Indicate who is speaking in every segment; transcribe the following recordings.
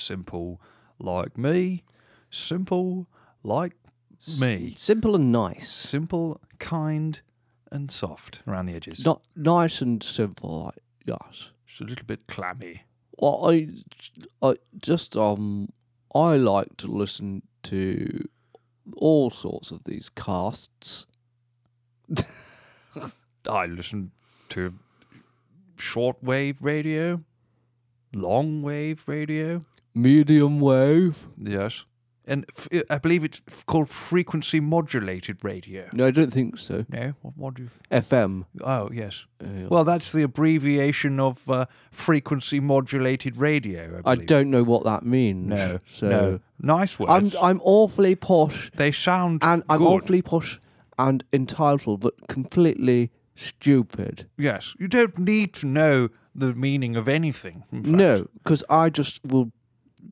Speaker 1: simple like me, simple like me,
Speaker 2: Simple and nice.
Speaker 1: simple, kind, and soft around the edges.
Speaker 2: Not nice and simple, like yes.
Speaker 1: Just a little bit clammy.
Speaker 2: Well, I, I just um, I like to listen to all sorts of these casts.
Speaker 1: I listen to shortwave radio, long wave radio.
Speaker 2: Medium wave.
Speaker 1: Yes. And f- I believe it's f- called frequency modulated radio.
Speaker 2: No, I don't think so.
Speaker 1: No, what, what do you?
Speaker 2: FM.
Speaker 1: Oh, yes.
Speaker 2: Uh,
Speaker 1: Well, that's the abbreviation of uh, frequency modulated radio. I,
Speaker 2: I
Speaker 1: believe.
Speaker 2: don't know what that means.
Speaker 1: No,
Speaker 2: so
Speaker 1: no. Nice
Speaker 2: I'm
Speaker 1: words.
Speaker 2: I'm awfully posh,
Speaker 1: they sound
Speaker 2: and I'm
Speaker 1: good.
Speaker 2: awfully posh and entitled, but completely stupid.
Speaker 1: Yes, you don't need to know the meaning of anything. in fact.
Speaker 2: No, because I just will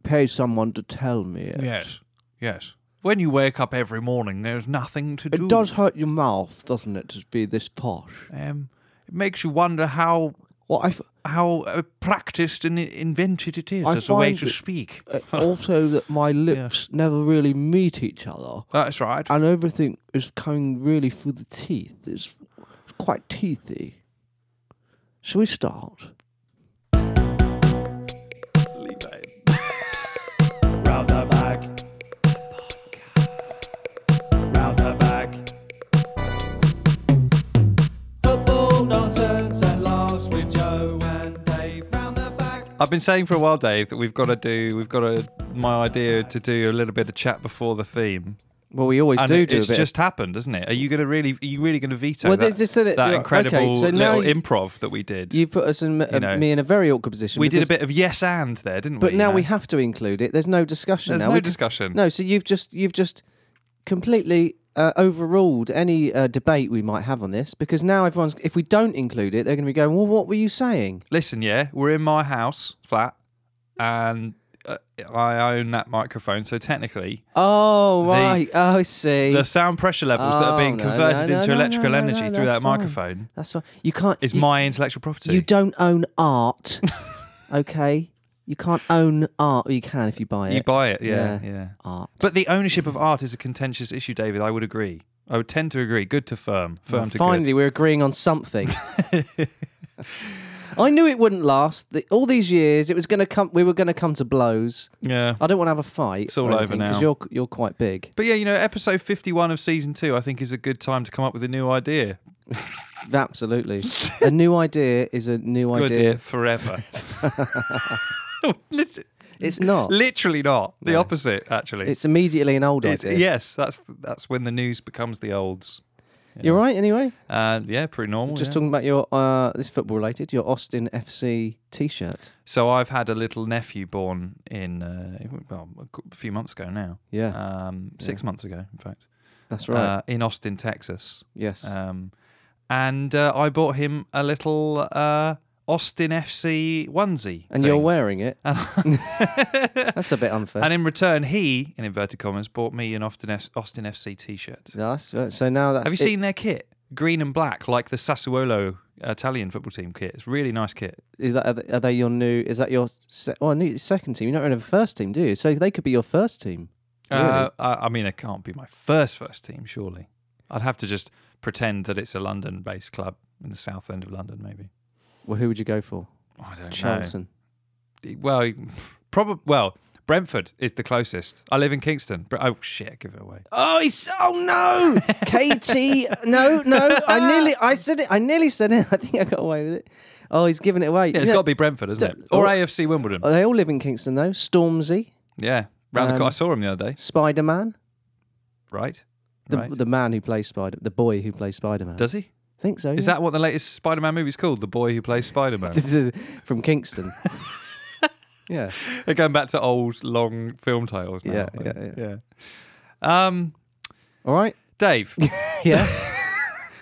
Speaker 2: pay someone to tell me it.
Speaker 1: Yes. Yes. When you wake up every morning, there's nothing to
Speaker 2: It
Speaker 1: do.
Speaker 2: does hurt your mouth, doesn't it, to be this posh?
Speaker 1: Um, it makes you wonder how
Speaker 2: Well, I f-
Speaker 1: how uh, practiced and i- invented it is
Speaker 2: I
Speaker 1: as a way
Speaker 2: find
Speaker 1: to
Speaker 2: that-
Speaker 1: speak.
Speaker 2: uh, also that my lips never really meet each other,
Speaker 1: That's right.
Speaker 2: and everything is coming really through the teeth. It's quite teethy. Shall we start?
Speaker 3: Round the back. Round the back. Football nonsense and laughs with Joe and Dave. Round the back.
Speaker 4: I've been saying for a while, Dave, that we've got to do, we've got to, my idea to do a little bit of chat before the theme.
Speaker 2: Well, we always
Speaker 4: And
Speaker 2: do
Speaker 4: it-
Speaker 2: do
Speaker 4: it's
Speaker 2: a bit.
Speaker 4: just happened, isn't it? Are you going to really, are you really going to veto
Speaker 2: Well,
Speaker 4: that,
Speaker 2: this- this- so that-
Speaker 4: that
Speaker 2: okay,
Speaker 4: incredible
Speaker 2: so now
Speaker 4: little
Speaker 2: you-
Speaker 4: improv that we did?
Speaker 2: you put us in
Speaker 4: you know,
Speaker 2: me in a very awkward position.
Speaker 4: we did a
Speaker 2: because-
Speaker 4: bit of yes and there, didn't we?
Speaker 2: but
Speaker 4: you
Speaker 2: now
Speaker 4: know?
Speaker 2: we have to include it. There's no discussion
Speaker 4: There's
Speaker 2: now.
Speaker 4: no
Speaker 2: We c-
Speaker 4: discussion.
Speaker 2: No, so you've just you've just completely uh, overruled any uh, debate we might have on this because now everyone's if we don't include it, they're going to be going, "Well, what were you saying?"
Speaker 4: Listen, yeah, we're in my house flat, and uh, I own that microphone, so technically
Speaker 2: Oh right, oh I see.
Speaker 4: the sound pressure levels that are
Speaker 2: Oh,
Speaker 4: being
Speaker 2: no, no,
Speaker 4: converted
Speaker 2: no,
Speaker 4: into
Speaker 2: no, no,
Speaker 4: electrical
Speaker 2: no, no,
Speaker 4: energy through
Speaker 2: that's
Speaker 4: that
Speaker 2: fine.
Speaker 4: microphone
Speaker 2: That's right. You can't.
Speaker 4: is
Speaker 2: you,
Speaker 4: my intellectual property.
Speaker 2: you don't own art, okay? You can't own art. Or you can if you buy it.
Speaker 4: You buy it, yeah,
Speaker 2: Yeah.
Speaker 4: yeah,
Speaker 2: art.
Speaker 4: But the ownership of art is a contentious issue, David. I would agree. I would tend to agree. Good to firm, firm to
Speaker 2: Finally, we're agreeing on something. I knew it wouldn't last. The, all these years, it was going to come. We were going to come to blows.
Speaker 4: good. Yeah.
Speaker 2: I don't want to have a fight.
Speaker 4: It's all
Speaker 2: or
Speaker 4: over
Speaker 2: anything, 'cause
Speaker 4: now.
Speaker 2: You're you're quite big.
Speaker 4: But yeah, you know, episode fifty-one of season two, I think, is a good time to come up with a new idea.
Speaker 2: Absolutely. a new idea is a new
Speaker 4: Good
Speaker 2: idea.
Speaker 4: idea forever. Listen,
Speaker 2: It's not.
Speaker 4: Literally not. The
Speaker 2: No.
Speaker 4: opposite, actually.
Speaker 2: It's immediately an old
Speaker 4: It's-
Speaker 2: idea.
Speaker 4: yes, that's that's when the news becomes the olds.
Speaker 2: You're right. Anyway,
Speaker 4: And yeah, pretty normal. Oh,
Speaker 2: just
Speaker 4: yeah.
Speaker 2: talking about your uh, this is football related. Your Austin FC T-shirt.
Speaker 4: so I've had a little nephew born in uh, well, a cou- a few months ago now.
Speaker 2: Yeah,
Speaker 4: Um, six months ago, in fact.
Speaker 2: that's right.
Speaker 4: uh, in Austin, Texas.
Speaker 2: yes.
Speaker 4: Um, and uh, I bought him a little uh, Austin FC onesie.
Speaker 2: and you're
Speaker 4: thing.
Speaker 2: wearing it.
Speaker 4: And-
Speaker 2: That's a bit unfair.
Speaker 4: and in return, he, in inverted commas, bought me an Austin, F- Austin FC t shirt.
Speaker 2: Yeah, that's right. So now that's
Speaker 4: Have you
Speaker 2: it.
Speaker 4: seen their kit? Green and black, like the Sassuolo Italian football team kit. It's really nice kit.
Speaker 2: Is that are they, are they your new? Is that your? Se- well, new second team. You're not in a first team, do you? So they could be your first team.
Speaker 4: Uh, I, I mean, it can't be my first first team, surely. I'd have to just pretend that it's a London based club in the south end of London, maybe.
Speaker 2: Well, who would you go for?
Speaker 4: I don't know.
Speaker 2: Charlton.
Speaker 4: well, probably well. Brentford is the closest. I live in Kingston. Bre- oh shit, give it away.
Speaker 2: Oh, he's oh no, Katie. No, no, I nearly, I said it. I nearly said it. I think I got away with it. Oh, he's giving it away.
Speaker 4: Yeah, it's
Speaker 2: You
Speaker 4: got
Speaker 2: know,
Speaker 4: to be Brentford, isn't it?
Speaker 2: d-
Speaker 4: Or
Speaker 2: or-
Speaker 4: AFC Wimbledon.
Speaker 2: They all live in Kingston though. Stormzy,
Speaker 4: yeah, round the
Speaker 2: um,
Speaker 4: corner. I saw him the other day.
Speaker 2: Spider Man,
Speaker 4: Right,
Speaker 2: the
Speaker 4: right.
Speaker 2: the man who plays Spider, the boy who plays Spider Man.
Speaker 4: Does he?
Speaker 2: think so?
Speaker 4: Is that what the latest Spider-Man movie is called? The boy who plays Spider-Man.
Speaker 2: this is from Kingston? yeah,
Speaker 4: They're going back to old long film titles now.
Speaker 2: Yeah,
Speaker 4: aren't
Speaker 2: yeah,
Speaker 4: they? yeah. Um,
Speaker 2: all right.
Speaker 4: Dave,
Speaker 2: Yeah.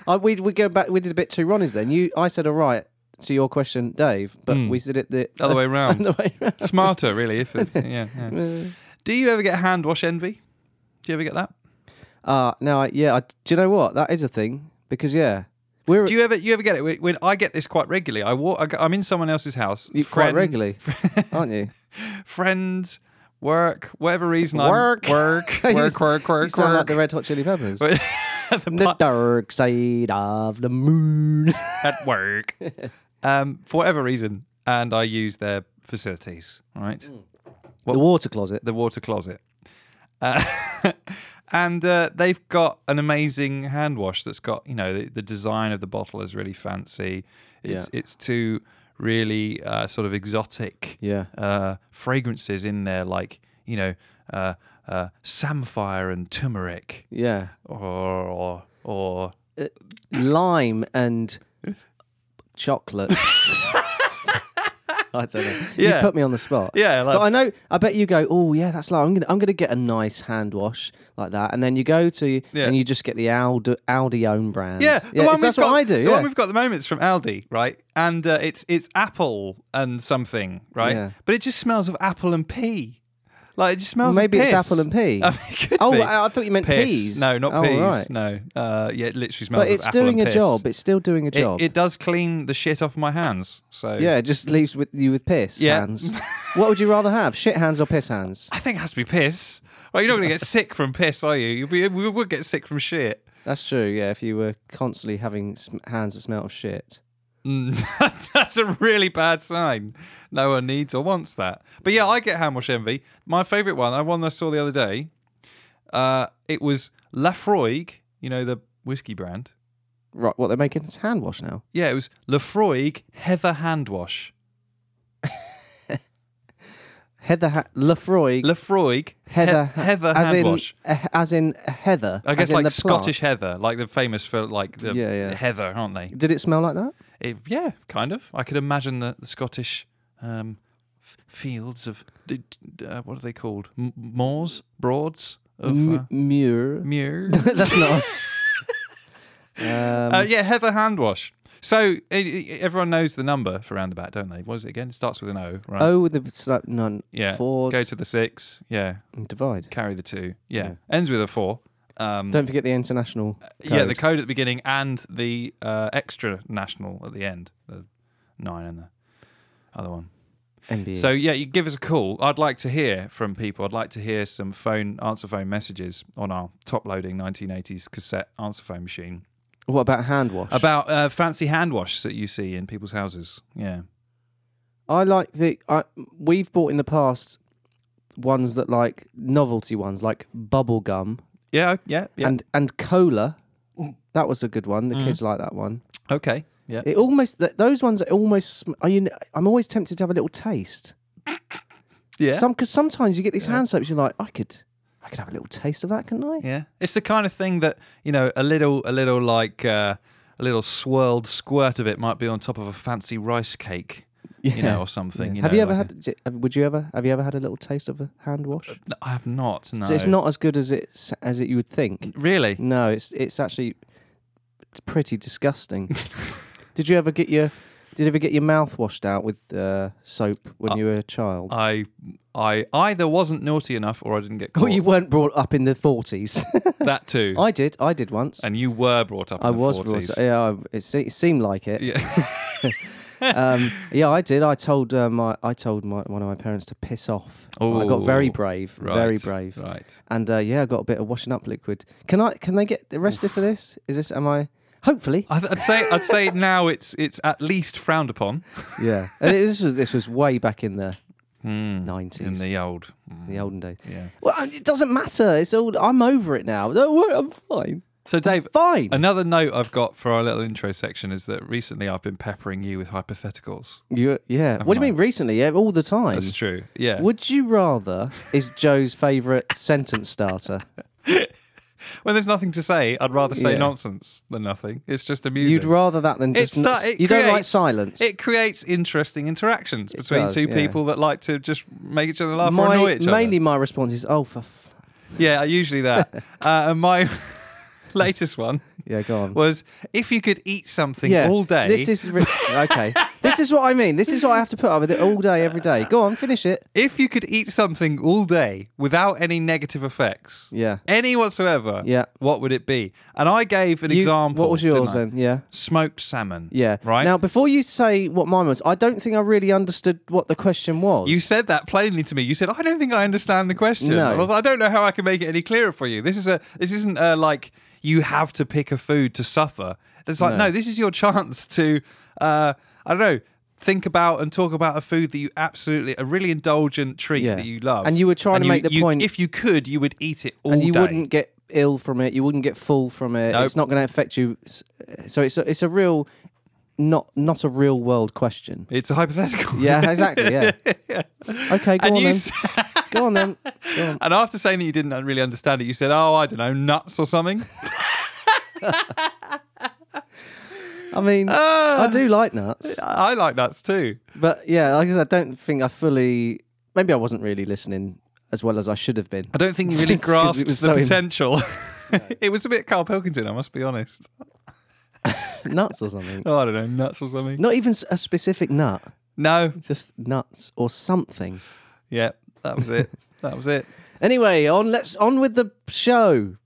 Speaker 2: I, we we go back. We did a bit two Ronnies then. You, I said all right to your question, Dave, but
Speaker 4: Mm.
Speaker 2: we said it the
Speaker 4: other way round.
Speaker 2: other way round.
Speaker 4: Smarter, really. If it, yeah, yeah. Do you ever get hand wash envy? Do you ever get that?
Speaker 2: Uh, now, I, yeah, I, do you know what? That is a thing because, yeah, We're
Speaker 4: Do you ever you ever get it? When- When I get this quite regularly, I walk. I go- I'm in someone else's house.
Speaker 2: you quite
Speaker 4: friend-
Speaker 2: regularly, aren't you?
Speaker 4: friends, work, whatever reason.
Speaker 2: Work.
Speaker 4: I'm, work,
Speaker 2: You
Speaker 4: work,
Speaker 2: s-
Speaker 4: work,
Speaker 2: You
Speaker 4: work,
Speaker 2: sound like
Speaker 4: work.
Speaker 2: the Red Hot Chili Peppers.
Speaker 4: But-
Speaker 2: the dark side of the moon.
Speaker 4: at work um, for whatever reason, and I use their facilities, right?
Speaker 2: the water closet.
Speaker 4: The water closet. Uh, and uh, they've got an amazing hand wash that's got, you know, the, the design of the bottle is really fancy. It's, it's two really uh, sort of exotic
Speaker 2: Yeah.
Speaker 4: uh, fragrances in there, like, you know, uh, uh, samphire and turmeric
Speaker 2: Yeah.
Speaker 4: or, or, or
Speaker 2: Lime and chocolate. I don't know.
Speaker 4: Yeah.
Speaker 2: You put me on the spot.
Speaker 4: yeah, like
Speaker 2: But I know. I bet you go. Oh yeah, that's like I'm gonna. I'm gonna get a nice hand wash like that, and then you go to
Speaker 4: Yeah.
Speaker 2: and you just get the Aldi, Aldi own brand.
Speaker 4: Yeah, the one
Speaker 2: it's- that's
Speaker 4: we've
Speaker 2: what
Speaker 4: got-
Speaker 2: I do.
Speaker 4: The
Speaker 2: yeah.
Speaker 4: one we've got at the moment is from Aldi, right? And uh, it's it's apple and something, right?
Speaker 2: Yeah.
Speaker 4: But it just smells of apple and pea. Like it just
Speaker 2: Well,
Speaker 4: smells.
Speaker 2: maybe
Speaker 4: of
Speaker 2: it's
Speaker 4: piss.
Speaker 2: apple and pea.
Speaker 4: I mean, it could
Speaker 2: oh,
Speaker 4: be.
Speaker 2: I, I thought you meant
Speaker 4: piss.
Speaker 2: peas.
Speaker 4: No, not
Speaker 2: oh,
Speaker 4: peas.
Speaker 2: Right.
Speaker 4: No, uh, yeah, it literally smells.
Speaker 2: But
Speaker 4: of
Speaker 2: it's
Speaker 4: apple
Speaker 2: doing
Speaker 4: and
Speaker 2: a
Speaker 4: piss.
Speaker 2: job. It's still doing a
Speaker 4: It,
Speaker 2: job.
Speaker 4: it does clean the shit off my hands. So
Speaker 2: yeah, it just leaves with you with piss
Speaker 4: Yeah.
Speaker 2: hands. what would you rather have, shit hands or piss hands?
Speaker 4: I think it has to be piss. Right, you're not going to get sick from piss, are you? You'll be, we would get sick from shit.
Speaker 2: That's true. Yeah, if you were constantly having sm- hands that smell of shit.
Speaker 4: Mm, That's a really bad sign. No one needs or wants that. But yeah, I get hand wash envy. My favourite one, I one I saw the other day. Uh, it was Lafroig, you know the whiskey brand.
Speaker 2: Right, what they're making is hand wash now.
Speaker 4: Yeah, it was Lafroig Heather hand wash.
Speaker 2: Heather ha- Lafroy.
Speaker 4: Lafroig
Speaker 2: Heather,
Speaker 4: he- Heather
Speaker 2: as
Speaker 4: hand
Speaker 2: in,
Speaker 4: wash.
Speaker 2: eh, as in heather.
Speaker 4: I
Speaker 2: as
Speaker 4: guess
Speaker 2: in
Speaker 4: like
Speaker 2: the plant.
Speaker 4: Scottish heather, like they're famous for like the
Speaker 2: Yeah, yeah.
Speaker 4: heather, aren't they?
Speaker 2: Did it smell like that?
Speaker 4: It, yeah, kind of. I could imagine the, the Scottish um, f- fields of d- d- uh, what are they called? M- moors, broads of uh,
Speaker 2: M- Muir.
Speaker 4: muir.
Speaker 2: That's not. um,
Speaker 4: uh, yeah, Heather hand wash. So i i everyone knows the number for roundabout, don't they? What is it again? It starts with an O, right?
Speaker 2: oh, with the sl- none.
Speaker 4: yeah.
Speaker 2: Fours.
Speaker 4: Go to the six. Yeah,
Speaker 2: and divide.
Speaker 4: carry the two. Yeah,
Speaker 2: Yeah.
Speaker 4: ends with a four. Um,
Speaker 2: Don't forget the international.
Speaker 4: yeah, the
Speaker 2: code.
Speaker 4: code at the beginning and the uh, extra national at the end, the nine and the other one.
Speaker 2: NBA.
Speaker 4: So yeah, you give us a call. I'd like to hear from people. I'd like to hear some phone answer phone messages on our top loading 1980s cassette answer phone machine
Speaker 2: what about hand wash?
Speaker 4: about uh, fancy hand wash that you see in people's houses. Yeah,
Speaker 2: I like the. I, we've bought in the past ones that like novelty ones, like bubble gum
Speaker 4: yeah, o- yeah, yeah. Mm. Mm-hmm.
Speaker 2: and and cola. That was a good one. The kids like that one.
Speaker 4: okay, yeah.
Speaker 2: It almost th- those ones are almost. sm- Are you? kn- I'm always tempted to have a little taste.
Speaker 4: Yeah.
Speaker 2: Some because sometimes you get these hand soaps. You're like, I could, I could have a little taste of that, couldn't I?
Speaker 4: yeah, it's the kind of thing that you know a little, a little like uh, a little swirled squirt of it might be on top of a fancy rice cake, you know, or something.
Speaker 2: have
Speaker 4: know,
Speaker 2: you ever
Speaker 4: like
Speaker 2: had? j- Would you ever? Have you ever had a little taste of a hand wash?
Speaker 4: A, No, I have not. No,
Speaker 2: So it's not as good as it's as it you would think.
Speaker 4: really.
Speaker 2: No, it's it's actually it's pretty disgusting. did you ever get your did you ever get your mouth washed out with uh, soap when
Speaker 4: Uh,
Speaker 2: you were a child?
Speaker 4: I, I either wasn't naughty enough or I didn't get caught.
Speaker 2: oh, you weren't brought up in the forties.
Speaker 4: That too.
Speaker 2: I did. I did once.
Speaker 4: and you were brought up. In
Speaker 2: I
Speaker 4: the
Speaker 2: was
Speaker 4: 40s.
Speaker 2: brought. Yeah, I- it, se- it seemed like it.
Speaker 4: Yeah.
Speaker 2: um, yeah, I did. I told uh, my I told my, one of my parents to piss off. I got very
Speaker 4: Oh,
Speaker 2: brave,
Speaker 4: Right.
Speaker 2: very brave,
Speaker 4: Right.
Speaker 2: and uh, yeah, I got a bit of washing up liquid. Can I? Can they get arrested for this? Is this? Am I? Hopefully,
Speaker 4: I th- I'd say I'd say now it's it's at least frowned upon.
Speaker 2: yeah. And it- Uh, this was this was way back in the
Speaker 4: Hmm. In
Speaker 2: nineties,
Speaker 4: the old. mm,
Speaker 2: the olden days.
Speaker 4: Yeah.
Speaker 2: Well, I- it doesn't matter. It's all. I'm over it now. Don't worry, I'm fine.
Speaker 4: So Dave,
Speaker 2: Fine.
Speaker 4: another note I've got for our little intro section is that recently I've been peppering you with hypotheticals.
Speaker 2: You, yeah. What do you
Speaker 4: I?
Speaker 2: mean recently? Yeah, all the time.
Speaker 4: That's true. Yeah.
Speaker 2: Would you rather is Joe's favourite sentence starter?
Speaker 4: When there's nothing to say, I'd rather say
Speaker 2: Yeah.
Speaker 4: nonsense than nothing. It's just amusing.
Speaker 2: You'd rather that than
Speaker 4: It's
Speaker 2: just. not-
Speaker 4: that- it
Speaker 2: you don't like
Speaker 4: creates-
Speaker 2: silence.
Speaker 4: It creates interesting interactions between
Speaker 2: does,
Speaker 4: two
Speaker 2: yeah.
Speaker 4: people that like to just make each other laugh or
Speaker 2: My-
Speaker 4: annoy each other.
Speaker 2: mainly my response is, oh, for f-
Speaker 4: Yeah, usually that. uh, and my latest one
Speaker 2: yeah, go on.
Speaker 4: was if you could eat something
Speaker 2: yeah.
Speaker 4: all day,
Speaker 2: This is re- okay. This this is what I mean. This is what I have to put up with it all day, every day. Go on, finish it.
Speaker 4: If you could eat something all day without any negative effects,
Speaker 2: Yeah.
Speaker 4: any whatsoever,
Speaker 2: Yeah.
Speaker 4: what would it be? And I gave an
Speaker 2: You-
Speaker 4: example.
Speaker 2: What was
Speaker 4: didn't
Speaker 2: yours
Speaker 4: I?
Speaker 2: then? Yeah.
Speaker 4: Smoked salmon.
Speaker 2: Yeah.
Speaker 4: Right?
Speaker 2: Now, before you say what mine was, I don't think I really understood what the question was.
Speaker 4: You said that plainly to me. You said, "I don't think I understand the question."
Speaker 2: No.
Speaker 4: I, was like, "I don't know how I can make it any clearer for you. This is a this isn't a, like you have to pick a food to suffer. It's like
Speaker 2: No.
Speaker 4: no, this is your chance to uh, I don't know think about and talk about a food that you absolutely a really indulgent treat
Speaker 2: Yeah.
Speaker 4: that you love.
Speaker 2: And you were trying to make the
Speaker 4: you-
Speaker 2: point-
Speaker 4: if you could, you would eat it all
Speaker 2: and you
Speaker 4: day.
Speaker 2: wouldn't get ill from it. You wouldn't get full from it.
Speaker 4: Nope.
Speaker 2: It's not going to affect you. S- So it's a, it's a real, not not a real world question.
Speaker 4: It's a hypothetical.
Speaker 2: Yeah, exactly. Yeah. Okay, go
Speaker 4: And
Speaker 2: on
Speaker 4: you
Speaker 2: then.
Speaker 4: s-
Speaker 2: Go on then. Go on.
Speaker 4: and after saying that you didn't really understand it, you said, "Oh, I don't know, nuts or something."
Speaker 2: I mean, I do like nuts,
Speaker 4: Ah, I like nuts too.
Speaker 2: but yeah, like I said, I don't think I fully. Maybe I wasn't really listening as well as I should have been.
Speaker 4: I don't think you really
Speaker 2: It's 'cause
Speaker 4: grasped
Speaker 2: it
Speaker 4: the
Speaker 2: was so in-
Speaker 4: potential. it was a bit Carl Pilkington, I must be honest.
Speaker 2: nuts or something.
Speaker 4: Oh, I don't know, nuts or something.
Speaker 2: Not even s- a specific nut,
Speaker 4: No,
Speaker 2: just nuts or something.
Speaker 4: yeah, that was it. that was it.
Speaker 2: Anyway, on let's on with the show.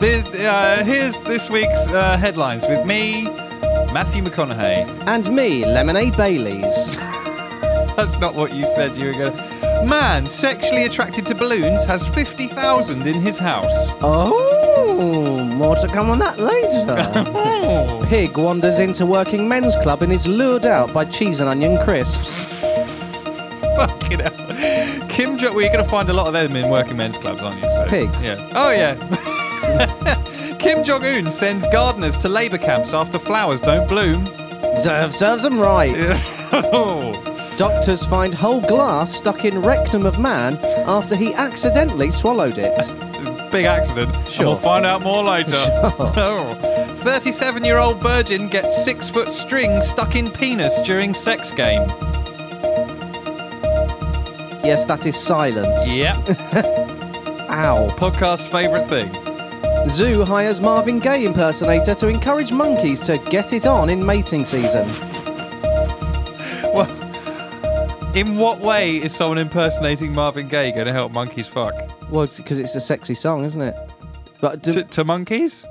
Speaker 4: This, uh, here's this week's uh, headlines with me, Matthew McConaughey.
Speaker 2: And me, Lemonade Baileys.
Speaker 4: That's not what you said you were going to. Man sexually attracted to balloons has 50,000 in his house.
Speaker 2: Oh, more to come on that later.
Speaker 4: Oh.
Speaker 2: Pig wanders into working men's club and is lured out by cheese and onion crisps.
Speaker 4: Fucking hell. Kim Jong. Well, you're going to find a lot of them in working men's clubs, aren't you? So,
Speaker 2: Pigs.
Speaker 4: Yeah. Oh yeah. Kim Jong Un sends gardeners to labour camps after flowers don't bloom.
Speaker 2: Serve, serves them right.
Speaker 4: oh.
Speaker 2: Doctors find whole glass stuck in rectum of man after he accidentally swallowed it.
Speaker 4: Big accident. And
Speaker 2: Sure.
Speaker 4: we'll find out more later.
Speaker 2: Sure.
Speaker 4: Oh. 37-year-old virgin gets six-foot string stuck in penis during sex game.
Speaker 2: Yes, that is silence.
Speaker 4: Yep.
Speaker 2: Ow.
Speaker 4: Podcast favourite thing.
Speaker 2: Zoo hires Marvin Gaye impersonator to encourage monkeys to get it on in mating season.
Speaker 4: Well, in what way is someone impersonating Marvin Gaye going to help monkeys fuck?
Speaker 2: Well, because it's a sexy song, isn't it? But do,
Speaker 4: To, to monkeys?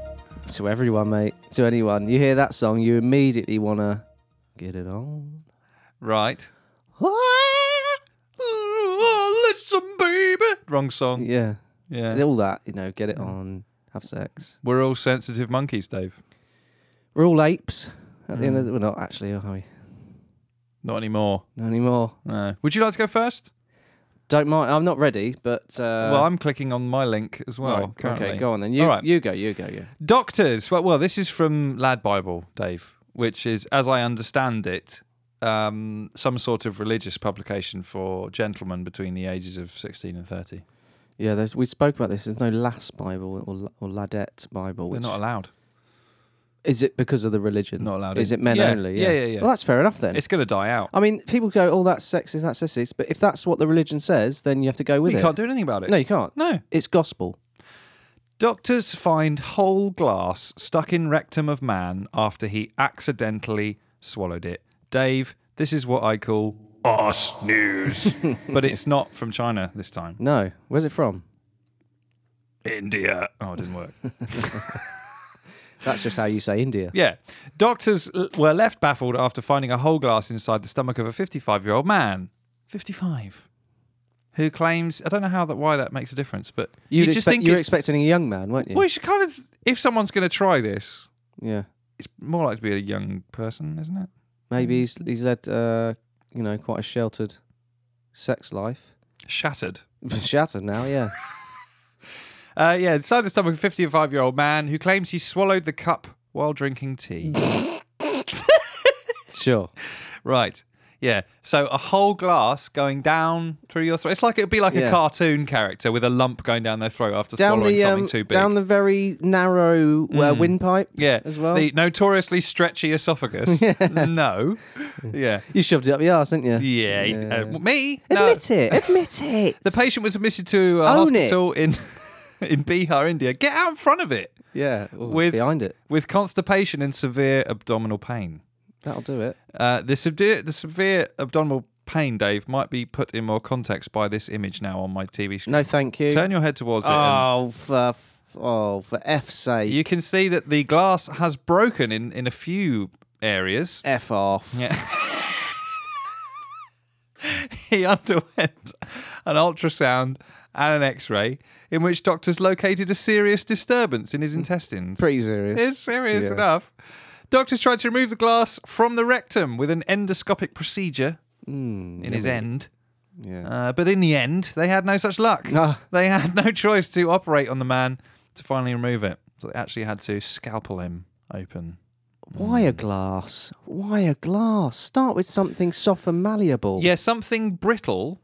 Speaker 2: to everyone, mate, to anyone. You hear that song, you immediately want to get it on.
Speaker 4: Right. Listen, baby. Wrong song.
Speaker 2: Yeah.
Speaker 4: Yeah.
Speaker 2: All that, you know, get it on, have sex.
Speaker 4: We're all sensitive monkeys, Dave.
Speaker 2: We're all apes. At the end of the, we're
Speaker 4: Mm.
Speaker 2: not actually, are we?
Speaker 4: Not anymore.
Speaker 2: Not anymore.
Speaker 4: No. Would you like to go first?
Speaker 2: Don't mind. I'm not ready, but. Uh,
Speaker 4: well, I'm clicking on my link as well.
Speaker 2: right,
Speaker 4: currently.
Speaker 2: Okay, go on then. You,
Speaker 4: all right.
Speaker 2: you go, you go, you.
Speaker 4: Doctors. Well, well, this is from Lad Bible, Dave, which is, as I understand it, um, some sort of religious publication for gentlemen between the ages of 16 and 30.
Speaker 2: Yeah, there's, we spoke about this. There's no Lass Bible or, or Ladette Bible.
Speaker 4: They're
Speaker 2: Which,
Speaker 4: not allowed.
Speaker 2: is it because of the religion?
Speaker 4: Not allowed
Speaker 2: Is
Speaker 4: in.
Speaker 2: it men
Speaker 4: Yeah,
Speaker 2: only?
Speaker 4: yeah, yeah, yeah.
Speaker 2: Well, that's fair enough then.
Speaker 4: It's going to die out.
Speaker 2: I mean, people go, "Oh, that's sexist, that's sexist," but if that's what the religion says, then you have to go with
Speaker 4: You
Speaker 2: it.
Speaker 4: can't do anything about it.
Speaker 2: no, you can't.
Speaker 4: No.
Speaker 2: It's gospel.
Speaker 4: Doctors find whole glass stuck in rectum of man after he accidentally swallowed it. Dave, this is what I call arse news. but it's not from China this time.
Speaker 2: No, where's it from?
Speaker 4: India. Oh, it didn't work.
Speaker 2: That's just how you say India.
Speaker 4: yeah. Doctors l- were left baffled after finding a whole glass inside the stomach of a 55 year old man. 55. Who claims, I don't know how that, why that makes a difference, but
Speaker 2: You'd
Speaker 4: you just
Speaker 2: expect,
Speaker 4: think
Speaker 2: you're
Speaker 4: it's-
Speaker 2: expecting a young man, weren't you?
Speaker 4: Well, you should kind of, if someone's going to try this,
Speaker 2: Yeah,
Speaker 4: it's more likely to be a young person, isn't it?
Speaker 2: maybe he's he's led, uh, you know, quite a sheltered sex life.
Speaker 4: Shattered.
Speaker 2: Shattered now, yeah.
Speaker 4: Uh, yeah, inside the stomach of a 55 year old man who claims he swallowed the cup while drinking tea.
Speaker 2: sure.
Speaker 4: right. Yeah. So a whole glass going down through your throat. It's like it'd be like
Speaker 2: Yeah.
Speaker 4: a cartown character with a lump going down their throat after
Speaker 2: Down
Speaker 4: swallowing
Speaker 2: the
Speaker 4: something
Speaker 2: um,
Speaker 4: too big. Mm.
Speaker 2: down the very narrow uh, windpipe.
Speaker 4: yeah.
Speaker 2: as well.
Speaker 4: The notoriously stretchy esophagus. No. Yeah.
Speaker 2: You shoved it up your ass, didn't you?
Speaker 4: Yeah. he- uh, me? No.
Speaker 2: Admit it. Admit it.
Speaker 4: The patient was admitted to a
Speaker 2: Own it.
Speaker 4: hospital in. in Bihar, India, get out in front of it
Speaker 2: Yeah, Ooh,
Speaker 4: With-
Speaker 2: behind it.
Speaker 4: with constipation and severe abdominal pain.
Speaker 2: That'll do it.
Speaker 4: Uh, the, severe, the severe abdominal pain, Dave, might be put in more context by this image now on my TV screen.
Speaker 2: No, thank you.
Speaker 4: Turn your head towards it. and
Speaker 2: oh, for, oh, for F's sake.
Speaker 4: you can see that the glass has broken in, in a few areas.
Speaker 2: F off.
Speaker 4: Yeah. he underwent an ultrasound and an x ray in which doctors located a serious disturbance in his intestines.
Speaker 2: Mm. Pretty serious.
Speaker 4: It's serious
Speaker 2: Yeah.
Speaker 4: enough. Doctors tried to remove the glass from the rectum with an endoscopic procedure
Speaker 2: Mm,
Speaker 4: in his
Speaker 2: yummy.
Speaker 4: end.
Speaker 2: Yeah.
Speaker 4: Uh, but in the end, they had no such luck.
Speaker 2: Ah.
Speaker 4: They had no choice to operate on the man to finally remove it. So they actually had to scalpel him open.
Speaker 2: Why a glass? Why a glass? Start with something soft and malleable.
Speaker 4: Yeah, something brittle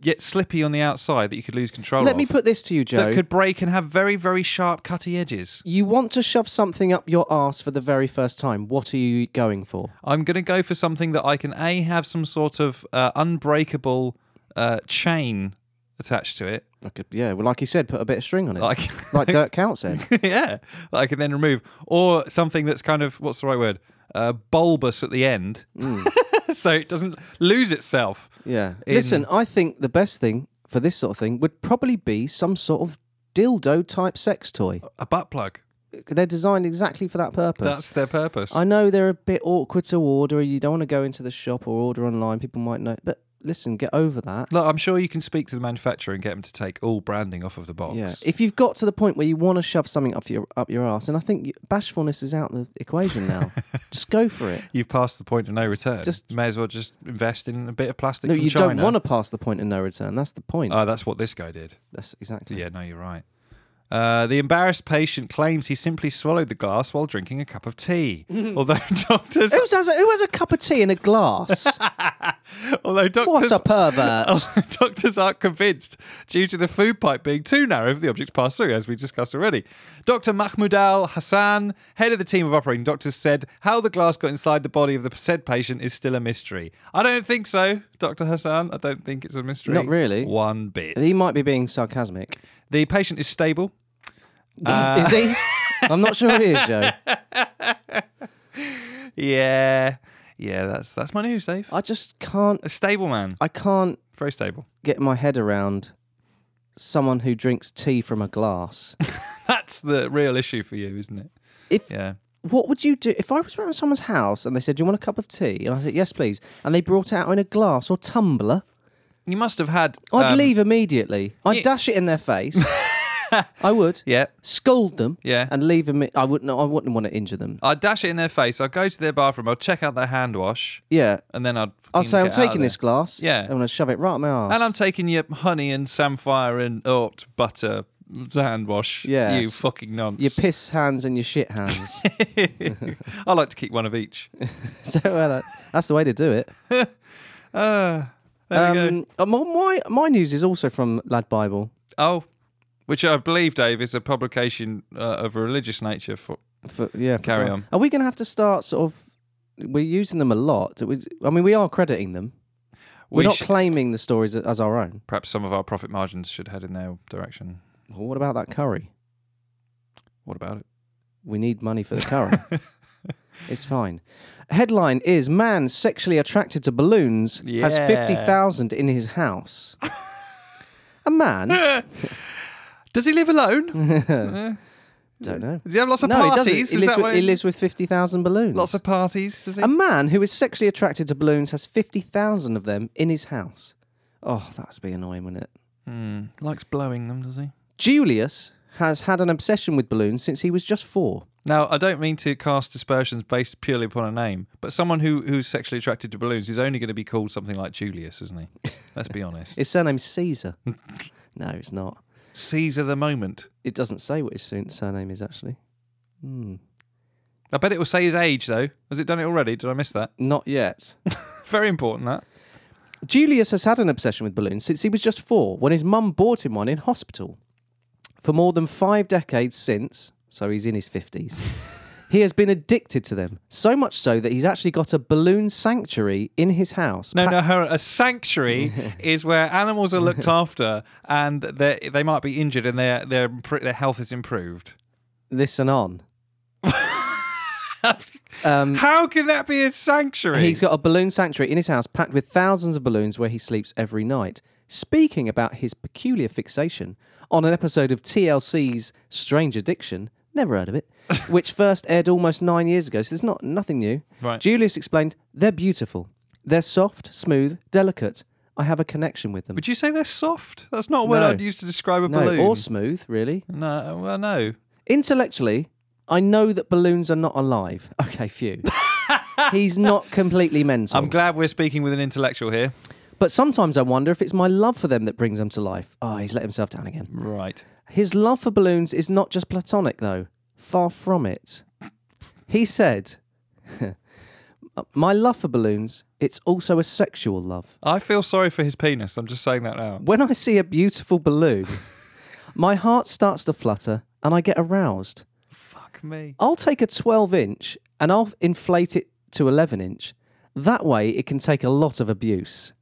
Speaker 4: yet slippy on the outside that you could lose control
Speaker 2: Let
Speaker 4: of.
Speaker 2: me put this to you, Joe.
Speaker 4: that could break and have very, very sharp, cutty edges.
Speaker 2: You want to shove something up your ass for the very first time. What are you going for?
Speaker 4: I'm going to go for something that I can A, have some sort of uh, unbreakable uh, chain attached to it.
Speaker 2: I could, yeah, well, like you said, put a bit of string on it. Like,
Speaker 4: Like,
Speaker 2: Dirk Cout said.
Speaker 4: yeah, that I can then remove. Or something that's kind of, what's the right word? Uh, bulbous at the end. so it doesn't lose itself.
Speaker 2: Hmm, Yeah.
Speaker 4: In-
Speaker 2: Listen, I think the best thing for this sort of thing would probably be some sort of dildo type sex toy.
Speaker 4: A butt plug.
Speaker 2: They're designed exactly for that purpose.
Speaker 4: That's their purpose.
Speaker 2: I know they're a bit awkward to order. You don't want to go into the shop or order online. People might know. But listen, get over that.
Speaker 4: Look, I'm sure you can speak to the manufacturer and get them to take all branding off of the box.
Speaker 2: Yeah. If you've got to the point where you want to shove something up your up your ass, and I think you- bashfulness is out the equation now. just go for it.
Speaker 4: You've passed the point of no return.
Speaker 2: Just-
Speaker 4: may as well just invest in a bit of plastic
Speaker 2: No,
Speaker 4: from
Speaker 2: you
Speaker 4: China.
Speaker 2: don't want to pass the point of no return. That's the point.
Speaker 4: Oh, that's what this guy did.
Speaker 2: That's exactly.
Speaker 4: Yeah, no, you're right. Uh, the embarrassed patient claims he simply swallowed the glass while drinking a cup of tea. although doctors,
Speaker 2: Who's has a, who has a cup of tea in a glass?
Speaker 4: although
Speaker 2: what
Speaker 4: doctors,
Speaker 2: a pervert!
Speaker 4: although doctors aren't convinced due to the food pipe being too narrow for the object to pass through, as we discussed already. Dr. Mahmoud Al Hassan, head of the team of operating doctors, said how the glass got inside the body of the said patient is still a mystery. I don't think so, Dr. Hassan. I don't think it's a mystery.
Speaker 2: Not really.
Speaker 4: One bit.
Speaker 2: he might be being sarcasmic.
Speaker 4: The patient is stable. Uh,
Speaker 2: is he? I'm not sure he is, Joe.
Speaker 4: Yeah, yeah. That's that's my news, Dave.
Speaker 2: I just can't.
Speaker 4: A stable man,
Speaker 2: I can't
Speaker 4: very stable.
Speaker 2: get my head around someone who drinks tea from a glass.
Speaker 4: That's the real issue for you, isn't it?
Speaker 2: If
Speaker 4: Yeah.
Speaker 2: what would you do if I was around someone's house and they said, "Do you want a cup of tea?" and I said, "Yes, please," and they brought it out in a glass or tumbler,
Speaker 4: You must have had.
Speaker 2: I'd
Speaker 4: um,
Speaker 2: leave immediately. I'd
Speaker 4: yeah.
Speaker 2: dash it in their face. I would
Speaker 4: Yeah,
Speaker 2: scold them
Speaker 4: yeah.
Speaker 2: and leave them. I wouldn't. I wouldn't want to injure them.
Speaker 4: I'd dash it in their face. I'd go to their bathroom. I'd check out their hand wash,
Speaker 2: Yeah,
Speaker 4: and then I'd.
Speaker 2: I'll
Speaker 4: fucking
Speaker 2: say Oh, I'm
Speaker 4: get out of
Speaker 2: taking
Speaker 4: there.
Speaker 2: this glass.
Speaker 4: Yeah.
Speaker 2: and I'm gonna shove it right up my arse.
Speaker 4: And I'm taking your honey and samphire and oat butter hand wash.
Speaker 2: Yes.
Speaker 4: You fucking nonce.
Speaker 2: your piss hands and your shit hands.
Speaker 4: I like to keep one of each.
Speaker 2: so uh, that- that's the way to do it.
Speaker 4: Uh, there we go.
Speaker 2: uh, my- my my news is also from Lad Bible.
Speaker 4: Oh, which I believe, Dave, is a publication uh, of a religious nature for
Speaker 2: For, yeah, for
Speaker 4: Carry
Speaker 2: God.
Speaker 4: on.
Speaker 2: Are we going to have to start sort of? We're using them a lot. Do we- I mean, we are crediting them. We're
Speaker 4: We
Speaker 2: not
Speaker 4: sh-
Speaker 2: claiming the stories as our own.
Speaker 4: Perhaps some of our profit margins should head in their direction.
Speaker 2: Well, what about that curry?
Speaker 4: What about it?
Speaker 2: We need money for the curry. it's fine. Headline is: Man sexually attracted to balloons has
Speaker 4: Yeah.
Speaker 2: fifty thousand in his house. a man?
Speaker 4: Does he live alone?
Speaker 2: Don't know.
Speaker 4: Does he have lots of
Speaker 2: no, he doesn't.
Speaker 4: parties?
Speaker 2: He
Speaker 4: Is
Speaker 2: lives,
Speaker 4: that
Speaker 2: with,
Speaker 4: why-
Speaker 2: he lives with fifty thousand balloons.
Speaker 4: lots of parties? Does he?
Speaker 2: A man who is sexually attracted to balloons has 50,000 of them in his house. Oh, that's be annoying, wouldn't it?
Speaker 4: Hmm, likes blowing them, does he?
Speaker 2: Julius has had an obsession with balloons since he was just four.
Speaker 4: Now, I don't mean to cast aspersions based purely upon a name, but someone who who's sexually attracted to balloons is only going to be called something like Julius, isn't he? Let's be honest.
Speaker 2: His surname's Caesar. no, it's not.
Speaker 4: Caesar the moment.
Speaker 2: It doesn't say what his su- surname is, actually. Hmm.
Speaker 4: I bet it will say his age though. Has it done it already? Did I miss that?
Speaker 2: Not yet.
Speaker 4: Very important that.
Speaker 2: Julius has had an obsession with balloons since he was just four, when his mum bought him one in hospital. For more than five decades since, so he's in his 50s, He has been addicted to them so much so that he's actually got a balloon sanctuary in his house.
Speaker 4: No, no, her, a sanctuary is where animals are looked after and they they might be injured and their their impro- their health is improved.
Speaker 2: This and on. Um,
Speaker 4: How can that be a sanctuary?
Speaker 2: He's got a balloon sanctuary in his house packed with thousands of balloons where he sleeps every night. Speaking about his peculiar fixation on an episode of TLC's Strange Addiction, never heard of it, which first aired almost nine years ago, so there's not nothing new.
Speaker 4: Right.
Speaker 2: Julius explained, They're beautiful. They're soft, smooth, delicate. I have a connection with them.
Speaker 4: Would you say they're soft? That's not a word
Speaker 2: No.
Speaker 4: I'd use to describe a
Speaker 2: no,
Speaker 4: balloon.
Speaker 2: or smooth, really.
Speaker 4: No, well, no.
Speaker 2: Intellectually, I know that balloons are not alive. Okay, phew. He's not completely mental.
Speaker 4: I'm glad we're speaking with an intellectual here.
Speaker 2: But sometimes I wonder if it's my love for them that brings them to life. Ah, he's let himself down again.
Speaker 4: Right.
Speaker 2: His love for balloons is not just platonic, though. Far from it. He said, My love for balloons, it's also a sexual love.
Speaker 4: I feel sorry for his penis. I'm just saying that now.
Speaker 2: When I see a beautiful balloon, my heart starts to flutter and I get aroused.
Speaker 4: Fuck me.
Speaker 2: I'll take a 12 inch and I'll inflate it to 11 inch. That way, it can take a lot of abuse.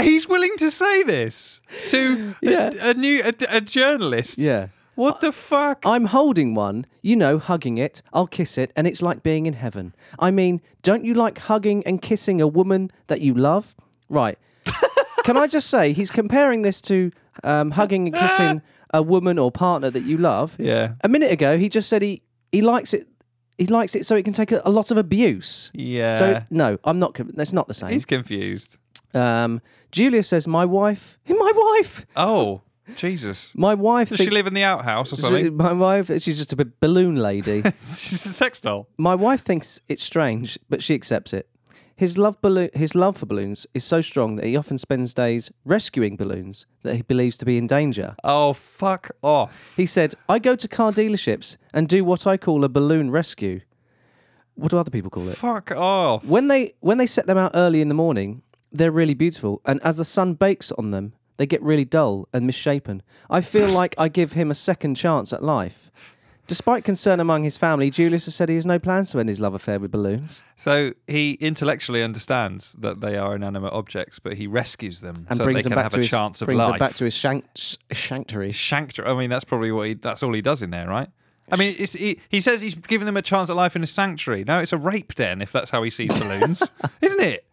Speaker 4: He's willing to say this to a-
Speaker 2: Yeah.
Speaker 4: a, new a, a journalist.
Speaker 2: Yeah.
Speaker 4: What the fuck?
Speaker 2: I'm holding one, you know, hugging it, I'll kiss it, and it's like being in heaven. I mean, don't you like hugging and kissing a woman that you love? Right. Can I just say, he's comparing this to um, hugging and kissing a woman or partner that you love.
Speaker 4: yeah.
Speaker 2: A minute ago, he just said he, he likes it. He likes it so it can take a, a lot of abuse.
Speaker 4: Yeah.
Speaker 2: So no, I'm not. com- That's not the same.
Speaker 4: He's confused.
Speaker 2: Um, Julia says, "My wife, my wife,
Speaker 4: Oh, Jesus.
Speaker 2: my wife.
Speaker 4: Does she
Speaker 2: thinks-
Speaker 4: live in the outhouse or something?
Speaker 2: My wife. She's just a b- balloon lady.
Speaker 4: She's a sex doll.
Speaker 2: My wife thinks it's strange, but she accepts it. His love, ballo- his love for balloons is so strong that he often spends days rescuing balloons that he believes to be in danger.
Speaker 4: Oh, fuck off.
Speaker 2: He said, I go to car dealerships and do what I call a balloon rescue. What do other people call it?
Speaker 4: Fuck off.
Speaker 2: When they when they set them out early in the morning, they're really beautiful, and as the sun bakes on them, they get really dull and misshapen. I feel like I give him a second chance at life. Despite concern among his family, Julius has said he has no plans to end his love affair with balloons.
Speaker 4: So he intellectually understands that they are inanimate objects, but he rescues them
Speaker 2: and
Speaker 4: so
Speaker 2: brings
Speaker 4: they
Speaker 2: them
Speaker 4: can
Speaker 2: back
Speaker 4: have
Speaker 2: to
Speaker 4: a
Speaker 2: his
Speaker 4: chance of
Speaker 2: brings
Speaker 4: life.
Speaker 2: them back to his shank, s- sanctuary.
Speaker 4: Shanked- I mean, that's probably what he. That's all he does in there, right? I mean, it's, he, he says he's giving them a chance at life in a sanctuary. No, it's a rape den, if that's how he sees balloons, isn't it?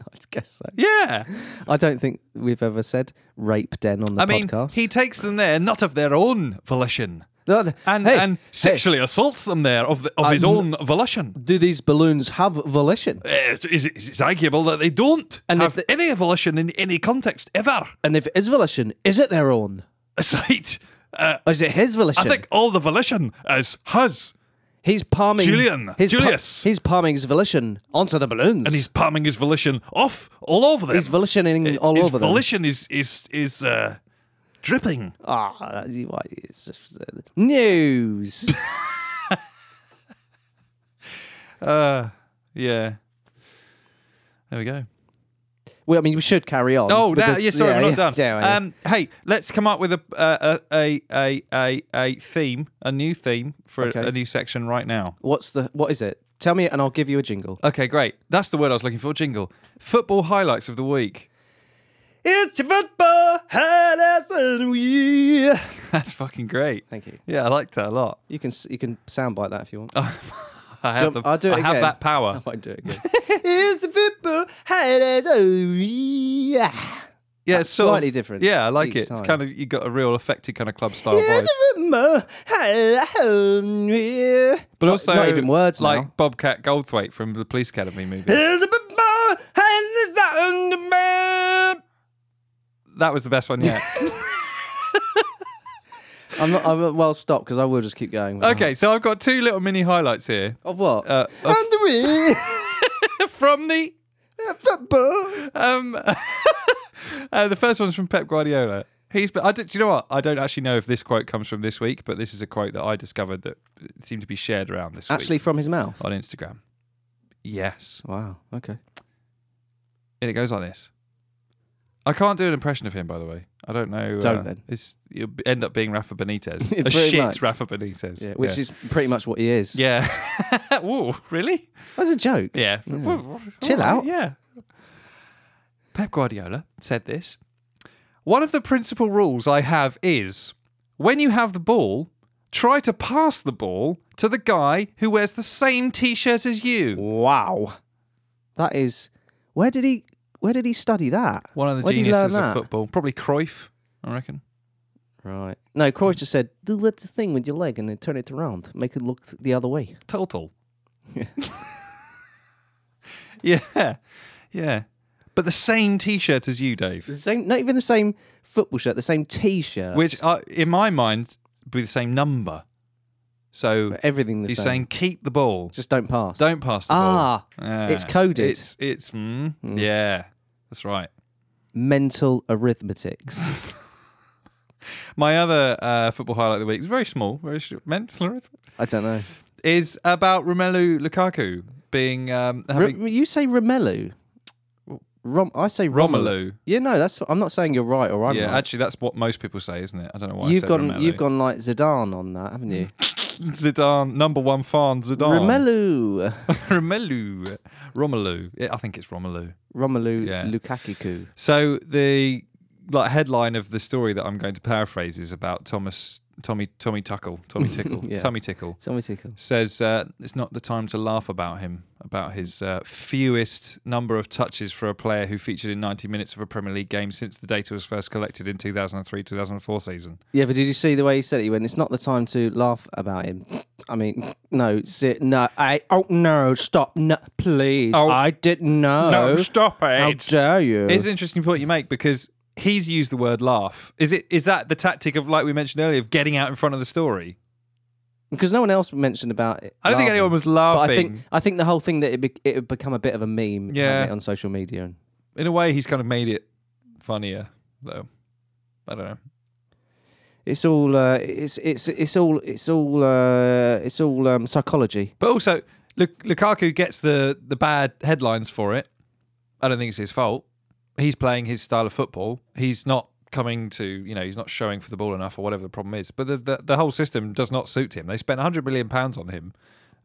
Speaker 2: I guess so.
Speaker 4: Yeah.
Speaker 2: I don't think we've ever said rape den on the
Speaker 4: I mean,
Speaker 2: podcast.
Speaker 4: he takes them there not of their own volition,
Speaker 2: No, the-
Speaker 4: and
Speaker 2: hey,
Speaker 4: and sexually assaults them there of the, of his own volition.
Speaker 2: hey, do these balloons have volition?
Speaker 4: Uh, It's, it's, it's arguable that they don't
Speaker 2: And
Speaker 4: have
Speaker 2: if the-
Speaker 4: any volition in any context ever.
Speaker 2: And if it is volition, is it their own?
Speaker 4: Aside, uh,
Speaker 2: Or is it his volition?
Speaker 4: I think all the volition is his,
Speaker 2: he's palming
Speaker 4: Julian,
Speaker 2: His pa-
Speaker 4: Julius.
Speaker 2: he's palming his volition onto the balloons,
Speaker 4: and he's palming his volition off all over them.
Speaker 2: he's volitioning all
Speaker 4: his
Speaker 2: over
Speaker 4: volition is is is uh, dripping.
Speaker 2: them. Ah, that's why it's just- uh, news.
Speaker 4: Uh, yeah. There we go.
Speaker 2: well, I mean, we should carry on.
Speaker 4: Oh, now,
Speaker 2: because-
Speaker 4: yeah, sorry, we're
Speaker 2: yeah,
Speaker 4: not done.
Speaker 2: yeah, yeah.
Speaker 4: um, hey, let's come up with a uh, a, a a a theme, a new theme for a-
Speaker 2: Okay.
Speaker 4: a new section right now.
Speaker 2: What's the what is it? Tell me, and I'll give you a jingle.
Speaker 4: Okay, great. That's the word I was looking for. Jingle. Football highlights of the week.
Speaker 2: It's football highlights of the week.
Speaker 4: That's fucking great.
Speaker 2: Thank you. Ah.
Speaker 4: Yeah, I liked that a lot.
Speaker 2: You can s- you can soundbite that if you want.
Speaker 4: I have
Speaker 2: Do you want-
Speaker 4: the,
Speaker 2: I'll do it
Speaker 4: I have
Speaker 2: again.
Speaker 4: that
Speaker 2: I
Speaker 4: power.
Speaker 2: won't do it again. it's the football highlights of the week.
Speaker 4: Yeah,
Speaker 2: That's
Speaker 4: it's sort of-
Speaker 2: slightly different
Speaker 4: Yeah, I like
Speaker 2: each
Speaker 4: it. It's
Speaker 2: time.
Speaker 4: kind of you got a real affected kind of club style vibe.
Speaker 2: football highlights of the week.
Speaker 4: But also
Speaker 2: not even words
Speaker 4: like
Speaker 2: now.
Speaker 4: Bobcat Goldthwait from the Police Academy movie.
Speaker 2: It's the football highlights of the week.
Speaker 4: that was the best one yet.
Speaker 2: I'm not, I'm, well, stop because I will just keep going.
Speaker 4: okay, so I've got two little mini highlights here
Speaker 2: Of what?
Speaker 4: uh, of-
Speaker 2: the
Speaker 4: from the
Speaker 2: week. football.
Speaker 4: Um, uh, the first one's from Pep Guardiola. He's. But I did, do you know what? I don't actually know if this quote comes from this week, but this is a quote that I discovered that seemed to be shared around this
Speaker 2: Actually,
Speaker 4: week
Speaker 2: from his mouth.
Speaker 4: on Instagram. Yes,
Speaker 2: Wow. Okay.
Speaker 4: and it goes like this: I can't do an impression of him, by the way. I don't know. uh,
Speaker 2: Don't then.
Speaker 4: It's, you'll b- end up being Rafa Benitez.
Speaker 2: Yeah,
Speaker 4: a
Speaker 2: pretty
Speaker 4: shit
Speaker 2: much.
Speaker 4: Rafa Benitez.
Speaker 2: Yeah, which is pretty much what he is.
Speaker 4: Yeah. Ooh, really?
Speaker 2: That's a joke.
Speaker 4: Yeah. Well,
Speaker 2: Chill
Speaker 4: all
Speaker 2: out.
Speaker 4: Yeah. Pep Guardiola said this. One of the principal rules I have is when you have the ball, try to pass the ball to the guy who wears the same t-shirt as you.
Speaker 2: Wow. That is where did he where did he study that?
Speaker 4: One of the
Speaker 2: Where did he
Speaker 4: geniuses
Speaker 2: learn
Speaker 4: of
Speaker 2: that?
Speaker 4: football, probably Cruyff, I reckon.
Speaker 2: Right. No, Croy just said, do the little thing with your leg and then turn it around. Make it look the other way.
Speaker 4: Total. yeah. Yeah. But the same t-shirt as you, Dave.
Speaker 2: The same not even the same football shirt, the same t shirt.
Speaker 4: Which uh, in my mind would be the same number. So
Speaker 2: everything the
Speaker 4: He's
Speaker 2: same.
Speaker 4: saying keep the ball.
Speaker 2: just don't pass.
Speaker 4: Don't pass the
Speaker 2: Ah,
Speaker 4: ball. Ah,
Speaker 2: it's coded.
Speaker 4: It's it's mm, yeah. That's right.
Speaker 2: mental arithmetics.
Speaker 4: My other uh, football highlight of the week is very small, very sh- mental arith-
Speaker 2: I don't know.
Speaker 4: is about Romelu Lukaku being um,
Speaker 2: Ro-
Speaker 4: having
Speaker 2: you say Romelu. Rom- I say Romelu.
Speaker 4: Romelu.
Speaker 2: Yeah, no, that's. I'm not saying you're right or I'm
Speaker 4: Yeah,
Speaker 2: right.
Speaker 4: actually, that's what most people say, isn't it? I don't know why I
Speaker 2: you've
Speaker 4: said
Speaker 2: gone,
Speaker 4: Romelu.
Speaker 2: you've gone like Zidane on that, haven't you?
Speaker 4: Zidane, number one fan, Mm. Zidane.
Speaker 2: Romelu,
Speaker 4: Romelu. Romelu. Yeah, I think it's Romelu.
Speaker 2: Romelu
Speaker 4: Yeah.
Speaker 2: Lukaku.
Speaker 4: So the like headline of the story that I'm going to paraphrase is about Thomas Tommy Tommy Tuckle Tommy Tickle
Speaker 2: Yeah.
Speaker 4: Tommy Tickle
Speaker 2: Tell me, tickle.
Speaker 4: says uh, it's not the time to laugh about him about his uh, fewest number of touches for a player who featured in 90 minutes of a Premier League game since the data was first collected in 2003-2004 season.
Speaker 2: Yeah, but did you see the way he said it? He went, "It's not the time to laugh about him." I mean, no, sit, no, I, oh no, stop, no, please,
Speaker 4: Oh.
Speaker 2: I didn't know.
Speaker 4: stop
Speaker 2: How dare you?
Speaker 4: It's an interesting point you make because he's used the word laugh. Is it is that the tactic of like we mentioned earlier of getting out in front of the story?
Speaker 2: Because no one else mentioned about it.
Speaker 4: I don't think
Speaker 2: laughing.
Speaker 4: anyone was
Speaker 2: But
Speaker 4: laughing.
Speaker 2: I think I think the whole thing that it be, it would become a bit of a meme, hadn't
Speaker 4: Yeah.
Speaker 2: it, on social media. And
Speaker 4: in a way, he's kind of made it funnier, though. I don't know.
Speaker 2: it's all uh, it's it's it's all it's all uh, it's all um, psychology.
Speaker 4: But also, Luk- Lukaku gets the the bad headlines for it. I don't think it's his fault. He's playing his style of football. He's not coming to you know he's not showing for the ball enough or whatever the problem is. But the the, the whole system does not suit him. They spent 100 million pounds on him,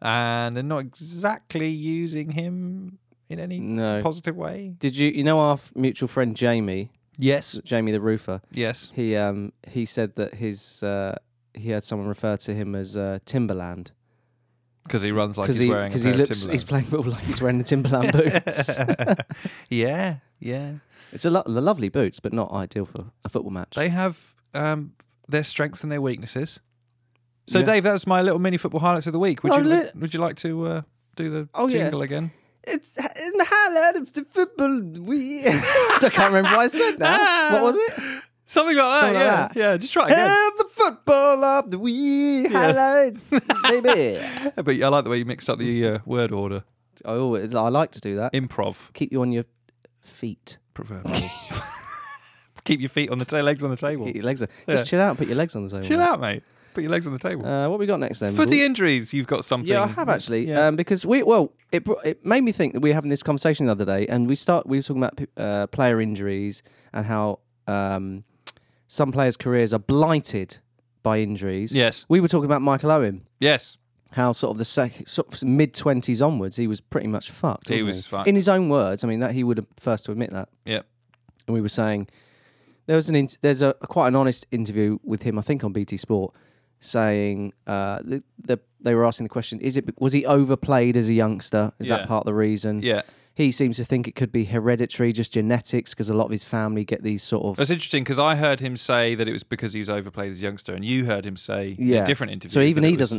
Speaker 4: and they're not exactly using him in any
Speaker 2: No.
Speaker 4: positive way.
Speaker 2: Did you you know our f- mutual friend Jamie,
Speaker 4: Yes,
Speaker 2: Jamie the roofer?
Speaker 4: yes.
Speaker 2: He um he said that his uh, he heard someone refer to him as uh, Timberland
Speaker 4: Because he runs like he's
Speaker 2: he
Speaker 4: wearing a
Speaker 2: he
Speaker 4: pair of
Speaker 2: looks he's
Speaker 4: Timberlands.
Speaker 2: playing football like he's wearing the Timberland boots.
Speaker 4: yeah, yeah.
Speaker 2: it's a lo- they're lovely boots, but not ideal for a football match.
Speaker 4: They have um, their strengths and their weaknesses. So,
Speaker 2: Yeah.
Speaker 4: Dave, that was my little mini football highlights of the week. Would
Speaker 2: Oh,
Speaker 4: you
Speaker 2: li-
Speaker 4: would you like to uh, do the
Speaker 2: Oh, yeah.
Speaker 4: jingle again?
Speaker 2: It's in the highlight of the football. We I can't remember what I said now. What was it?
Speaker 4: Something like that.
Speaker 2: Something like
Speaker 4: yeah,
Speaker 2: that.
Speaker 4: yeah. Just try it again.
Speaker 2: the football of the wee highlights, baby.
Speaker 4: but I like the way you mixed up the uh, word order.
Speaker 2: I always I like to do that.
Speaker 4: Improv,
Speaker 2: Keep you on your feet.
Speaker 4: proverbial. Keep your feet on the ta- legs on the table.
Speaker 2: Keep your legs. On.
Speaker 4: Yeah.
Speaker 2: Just chill out and put your legs on the table.
Speaker 4: Chill out, mate. Put your legs on the table.
Speaker 2: Uh, what we got next then?
Speaker 4: Footy injuries. You've got something.
Speaker 2: Yeah, I have actually.
Speaker 4: Yeah.
Speaker 2: Um, because we well, it br- it made me think that we were having this conversation the other day, and we start we were talking about p- uh, player injuries and how um, some players' careers are blighted by injuries.
Speaker 4: Yes.
Speaker 2: we were talking about Michael Owen.
Speaker 4: Yes.
Speaker 2: How sort of the sec- sort of mid twenties onwards, he was pretty much fucked.
Speaker 4: He
Speaker 2: wasn't
Speaker 4: was fucked.
Speaker 2: In his own words, I mean that he would have first to admit that.
Speaker 4: Yep.
Speaker 2: And we were saying there was an in- there's a, quite an honest interview with him, I think, on BT Sport, saying uh, the, the, they were asking the question: Is it was he overplayed as a youngster? Is
Speaker 4: Yeah.
Speaker 2: that part of the reason?
Speaker 4: Yeah.
Speaker 2: He seems to think it could be hereditary, just genetics, because a lot of his family get these sort of
Speaker 4: That's interesting because I heard him say that it was because he was overplayed as a youngster, and you heard him say in
Speaker 2: Yeah.
Speaker 4: a different interview.
Speaker 2: So even
Speaker 4: that it
Speaker 2: he
Speaker 4: was-
Speaker 2: doesn't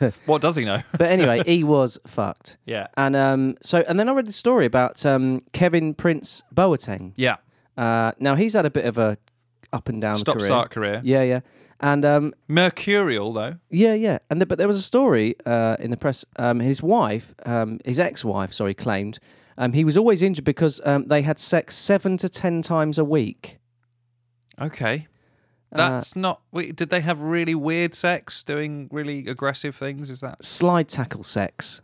Speaker 2: know.
Speaker 4: What does he know?
Speaker 2: but anyway, he was fucked.
Speaker 4: yeah,
Speaker 2: And um, so, and then I read the story about um, Kevin Prince Boateng.
Speaker 4: yeah.
Speaker 2: Uh, now he's had a bit of a up and down
Speaker 4: Stop
Speaker 2: career.
Speaker 4: start career.
Speaker 2: Yeah, yeah, and um,
Speaker 4: Mercurial though.
Speaker 2: yeah, yeah, and the, but there was a story uh, in the press. Um, his wife, um, his ex-wife, sorry, claimed um, he was always injured because um, they had sex seven to ten times a week.
Speaker 4: Okay.
Speaker 2: Uh,
Speaker 4: That's not. Wait, did they have really weird sex, doing really aggressive things? Is that? hmm,
Speaker 2: Slide tackle sex.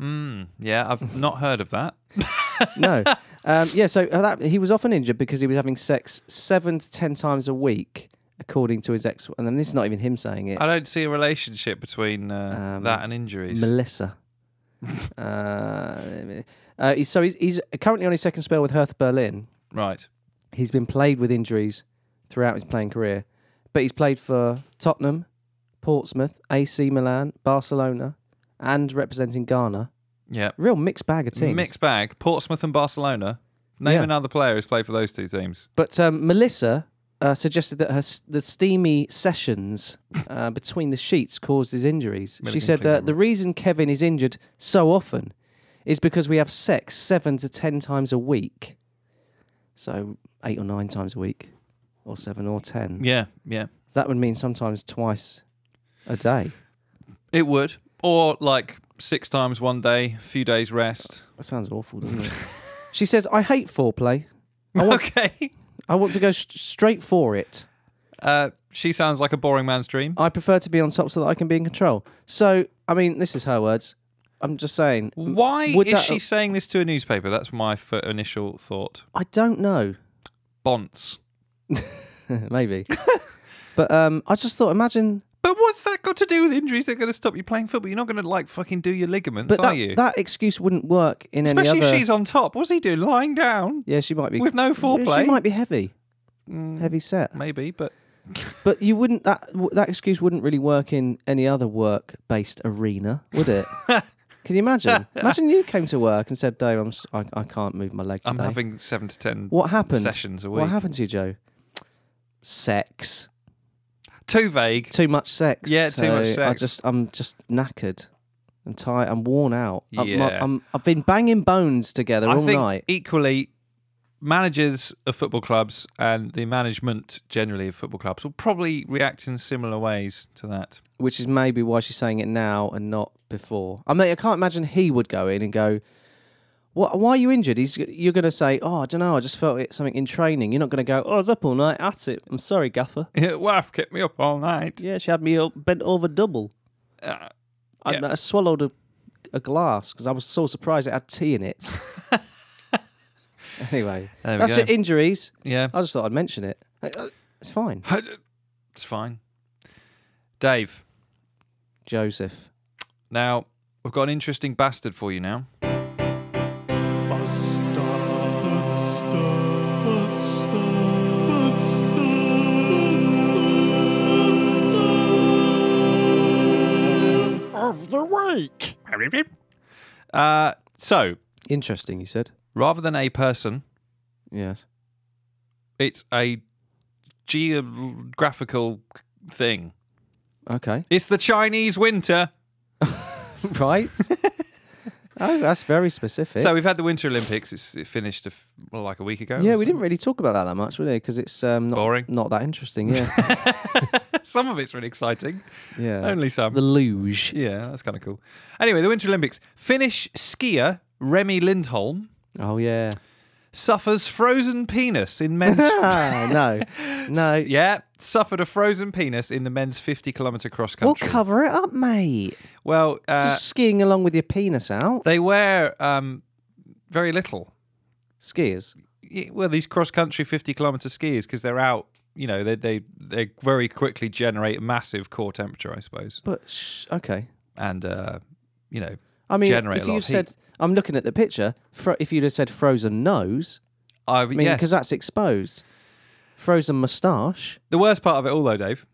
Speaker 4: Yeah, I've not heard of that.
Speaker 2: no. Um, yeah, so uh, that, he was often injured because he was having sex seven to ten times a week, according to his ex. And then this is not even him saying it.
Speaker 4: I don't see a relationship between uh,
Speaker 2: Um,
Speaker 4: that and injuries.
Speaker 2: Melissa. uh, uh, he's, so he's, he's currently on his second spell with Hertha Berlin.
Speaker 4: right.
Speaker 2: He's been plagued with injuries throughout his playing career, but he's played for Tottenham, Portsmouth, AC Milan, Barcelona, and representing Ghana.
Speaker 4: Yeah.
Speaker 2: Real mixed bag of teams.
Speaker 4: Mixed bag. Portsmouth and Barcelona. Name
Speaker 2: Yeah.
Speaker 4: another player who's played for those two teams.
Speaker 2: But um, Melissa uh, suggested that her s- the steamy sessions uh, between the sheets caused his injuries.
Speaker 4: Milligan
Speaker 2: she said
Speaker 4: plays
Speaker 2: uh,
Speaker 4: that
Speaker 2: the reason Kevin is injured so often is because we have sex seven to ten times a week. So eight or nine times a week, or seven or ten.
Speaker 4: Yeah. Yeah.
Speaker 2: That would mean sometimes twice a day.
Speaker 4: It would. Or like six times one day, few days rest.
Speaker 2: That sounds awful, doesn't it? she says, "I hate foreplay. I want,
Speaker 4: okay.
Speaker 2: I want to go st- straight for it."
Speaker 4: Uh, she sounds like a boring man's dream.
Speaker 2: I prefer to be on top so that I can be in control. So, I mean, this is her words. I'm just saying.
Speaker 4: Why is
Speaker 2: would that-
Speaker 4: she saying this to a newspaper? That's my f- initial thought.
Speaker 2: I don't know.
Speaker 4: Bonts.
Speaker 2: Maybe. but um, I just thought, imagine.
Speaker 4: But what's that got to do with injuries? They're going to stop you playing football. You're not going to like fucking do your ligaments,
Speaker 2: But
Speaker 4: are
Speaker 2: that,
Speaker 4: you?
Speaker 2: that excuse wouldn't work in
Speaker 4: Especially
Speaker 2: any other.
Speaker 4: if she's on top. What's he doing? Lying down?
Speaker 2: yeah, she might be
Speaker 4: with no foreplay. Mm,
Speaker 2: She might be heavy, heavy set.
Speaker 4: Maybe, but
Speaker 2: But you wouldn't that w- that excuse wouldn't really work in any other work-based arena, would it? Can you imagine? Imagine you came to work and said, "Dave, I'm s- I, I can't move my leg today."
Speaker 4: I'm having seven to ten
Speaker 2: what happened?
Speaker 4: sessions a week.
Speaker 2: What happened to you, Joe? Sex.
Speaker 4: Too vague.
Speaker 2: too much sex.
Speaker 4: Yeah, too much
Speaker 2: so I
Speaker 4: sex.
Speaker 2: just, I'm just knackered. I'm tired. I'm worn out. I'm-
Speaker 4: Yeah.
Speaker 2: I'm, i have been banging bones together
Speaker 4: I
Speaker 2: all
Speaker 4: think
Speaker 2: night.
Speaker 4: equally, managers of football clubs and the management generally of football clubs will probably react in similar ways to that.
Speaker 2: Which is maybe why she's saying it now and not before. I mean, I can't imagine he would go in and go, "What? Why are you injured?" He's, you're going to say, "Oh, I don't know. I just felt it something in training." You're not going to go, "Oh, I was up all night at it." I'm sorry, Gaffer.
Speaker 4: Wife kept me up all night.
Speaker 2: Yeah, she had me up, bent over double.
Speaker 4: Uh,
Speaker 2: I,
Speaker 4: Yeah.
Speaker 2: I swallowed a, a glass because I was so surprised it had tea in it. anyway,
Speaker 4: There we
Speaker 2: that's
Speaker 4: go.
Speaker 2: it. Injuries.
Speaker 4: yeah,
Speaker 2: I just thought I'd mention it. I- I- It's fine.
Speaker 4: it's fine. Dave,
Speaker 2: Joseph.
Speaker 4: now we've got an interesting bastard for you now.
Speaker 5: of the week.
Speaker 4: Uh, so,
Speaker 2: Interesting, you said.
Speaker 4: rather than a person,
Speaker 2: Yes.
Speaker 4: it's a geographical thing.
Speaker 2: Okay.
Speaker 4: It's the Chinese winter.
Speaker 2: right. oh, that's very specific.
Speaker 4: So we've had the Winter Olympics. It's it finished a f well, like a week ago.
Speaker 2: yeah,
Speaker 4: or
Speaker 2: we
Speaker 4: something.
Speaker 2: didn't really talk about that that much, really, because it's um, not,
Speaker 4: Boring.
Speaker 2: not that interesting. Yeah.
Speaker 4: Some of it's really exciting.
Speaker 2: yeah.
Speaker 4: Only some.
Speaker 2: the luge.
Speaker 4: yeah, that's kind of cool. Anyway, the Winter Olympics. Finnish skier Remy Lindholm
Speaker 2: Oh yeah.
Speaker 4: suffers frozen penis in men's.
Speaker 2: Ah, no. No.
Speaker 4: yeah, suffered a frozen penis in the men's 50 kilometre cross
Speaker 2: We'll
Speaker 4: country.
Speaker 2: cover it up, mate.
Speaker 4: well, uh,
Speaker 2: Just skiing along with your penis out.
Speaker 4: they wear um, very little.
Speaker 2: Skiers.
Speaker 4: y- well these cross country 50 kilometer skiers because they're out you know they, they they very quickly generate massive core temperature i suppose
Speaker 2: But sh- okay.
Speaker 4: and uh you know
Speaker 2: I mean,
Speaker 4: Generate a
Speaker 2: if
Speaker 4: lot
Speaker 2: you
Speaker 4: of
Speaker 2: said, I'm looking at the picture. Fro- if you'd have said frozen nose,
Speaker 4: i
Speaker 2: I mean,
Speaker 4: yes.
Speaker 2: because that's exposed. Frozen moustache.
Speaker 4: the worst part of it all though dave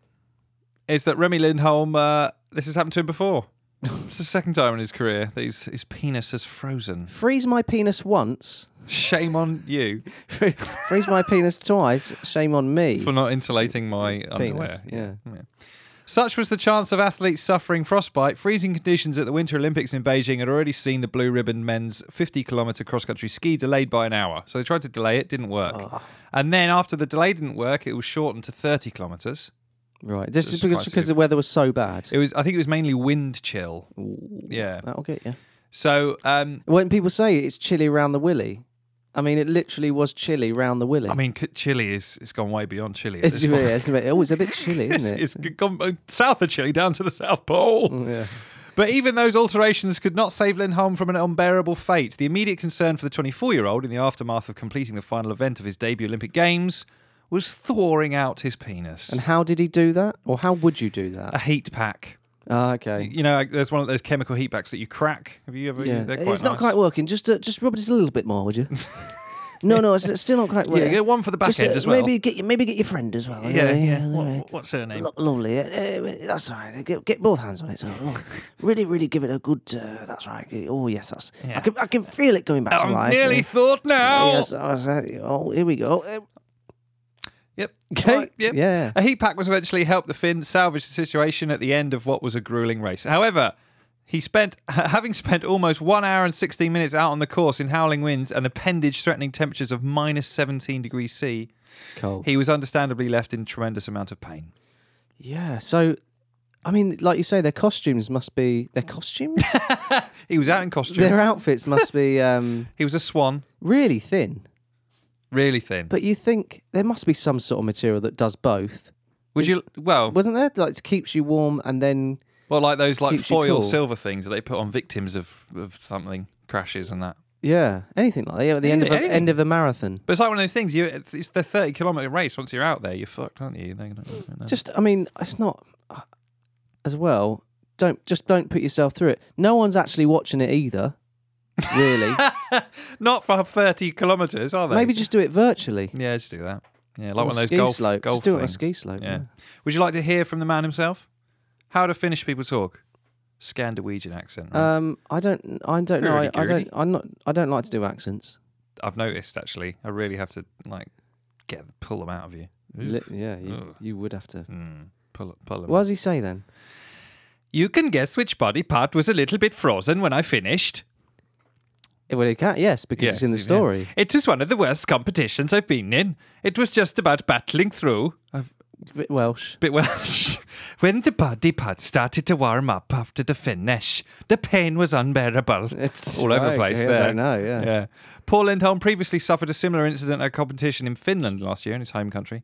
Speaker 4: is that remy lindholm uh, this has happened to him before it's the second time in his career that his, his penis has frozen
Speaker 2: Freeze my penis once.
Speaker 4: shame on you
Speaker 2: Freeze my penis twice. Shame on me.
Speaker 4: for not insulating my underwear
Speaker 2: penis. Yeah.
Speaker 4: Such was the chance of athletes suffering frostbite. Freezing conditions at the Winter Olympics in Beijing had already seen the blue ribbon men's 50 kilometer cross country ski delayed by an hour. So they tried to delay it, didn't work. And then after the delay didn't work, it was shortened to 30 kilometers.
Speaker 2: Right. This
Speaker 4: It's
Speaker 2: is because,
Speaker 4: quite
Speaker 2: because the weather was so bad.
Speaker 4: It was I think it was mainly wind chill. Yeah.
Speaker 2: That'll get you.
Speaker 4: So um
Speaker 2: When people say it's chilly around the willy, I mean, it literally was chilly round the willy.
Speaker 4: I mean, c- Chile is it's gone way beyond Chile. At
Speaker 2: it's,
Speaker 4: this point.
Speaker 2: yeah, it's a bit, always a bit chilly, isn't it? Mm.
Speaker 4: It's gone uh, south of Chile down to the South Pole.
Speaker 2: yeah.
Speaker 4: But even those alterations could not save Lindholm from an unbearable fate. The immediate concern for the 24 year old in the aftermath of completing the final event of his debut Olympic Games was thawing out his penis.
Speaker 2: And how did he do that? Or how would you do
Speaker 4: a
Speaker 2: that?
Speaker 4: heat pack.
Speaker 2: Ah, okay.
Speaker 4: You know, like, there's one of those chemical heat packs that you crack. Have you ever?
Speaker 2: Yeah.
Speaker 4: They're
Speaker 2: It's
Speaker 4: quite
Speaker 2: not
Speaker 4: nice.
Speaker 2: quite working. Just uh, just rub it just a little bit more, would you? no, no, it's, it's still not quite
Speaker 4: Yeah,
Speaker 2: working.
Speaker 4: get one for the back
Speaker 2: Just,
Speaker 4: end
Speaker 2: uh,
Speaker 4: as well.
Speaker 2: Maybe get your, maybe get your friend as well.
Speaker 4: yeah, yeah. What-
Speaker 2: yeah.
Speaker 4: what's her name?
Speaker 2: Lo- lovely. Uh, uh, that's all right. Get, get both hands on it. So oh, really, really give it a good. Uh, that's right. Oh yes, that's. I
Speaker 4: Yeah.
Speaker 2: can I can feel it going back to
Speaker 4: I'm
Speaker 2: life.
Speaker 4: nearly
Speaker 2: Uh,
Speaker 4: thought now.
Speaker 2: yes, I was, uh, oh, here we go. Uh,
Speaker 4: Yep.
Speaker 2: Okay.
Speaker 4: Right, yep.
Speaker 2: Yeah.
Speaker 4: A heat pack was eventually helped the Finn salvage the situation at the end of what was a grueling race. However, he spent having spent almost one hour and 16 minutes out on the course in howling winds and appendage threatening temperatures of minus 17 degrees C,
Speaker 2: Cold.
Speaker 4: he was understandably left in tremendous amount of pain.
Speaker 2: Yeah. So, I mean, like you say, their costumes must be their costumes.
Speaker 4: He was out in costume.
Speaker 2: their outfits must be um,
Speaker 4: he was a swan,
Speaker 2: really thin.
Speaker 4: really thin.
Speaker 2: But you think there must be some sort of material that does both,
Speaker 4: Would you well,
Speaker 2: wasn't there? Like it keeps you warm and then
Speaker 4: well like those like
Speaker 2: keeps you
Speaker 4: foil
Speaker 2: cool.
Speaker 4: silver things that they put on victims of, of something crashes and that.
Speaker 2: yeah, anything like that. Yeah, at the end of the
Speaker 4: Anything.
Speaker 2: end of the marathon.
Speaker 4: But it's like one of those things you it's, it's the 30 kilometer race once you're out there you're fucked, aren't you? They don't- they don't know.
Speaker 2: Just, I mean, it's not as well. Don't just don't put yourself through it. No one's actually watching it either, really.
Speaker 4: Not for 30 kilometres, are they?
Speaker 2: Maybe just do it virtually.
Speaker 4: Yeah, just do that. Yeah, like
Speaker 2: On
Speaker 4: one of
Speaker 2: a
Speaker 4: those
Speaker 2: ski
Speaker 4: golf,
Speaker 2: slope.
Speaker 4: golf
Speaker 2: Just do it on a
Speaker 4: things.
Speaker 2: ski slope, yeah.
Speaker 4: Would you like to hear from the man himself? How do Finnish people talk? Scandinavian accent. Right?
Speaker 2: Um, I don't, I don't know. I, I don't,
Speaker 4: Hurdy-gurdy.
Speaker 2: I'm not, I don't like to do accents.
Speaker 4: I've noticed actually. I really have to like get pull them out of you.
Speaker 2: Li- yeah, you,
Speaker 4: Ugh.
Speaker 2: you would have to.
Speaker 4: Mm, pull pull them.
Speaker 2: What does he say then?
Speaker 4: You can guess which body part was a little bit frozen when I finished.
Speaker 2: Eh, Well, he can't. Yes, because it's in the
Speaker 4: yeah.
Speaker 2: story.
Speaker 4: It was one of the worst competitions I've been in. It was just about battling through. I've
Speaker 2: Bit Welsh.
Speaker 4: bit Welsh. when the body part started to warm up after the finish, the pain was unbearable.
Speaker 2: It's
Speaker 4: all over the
Speaker 2: okay,
Speaker 4: place
Speaker 2: I
Speaker 4: there.
Speaker 2: don't know. Yeah.
Speaker 4: Yeah. Paul Lindholm previously suffered a similar incident at a competition in Finland last year in his home country,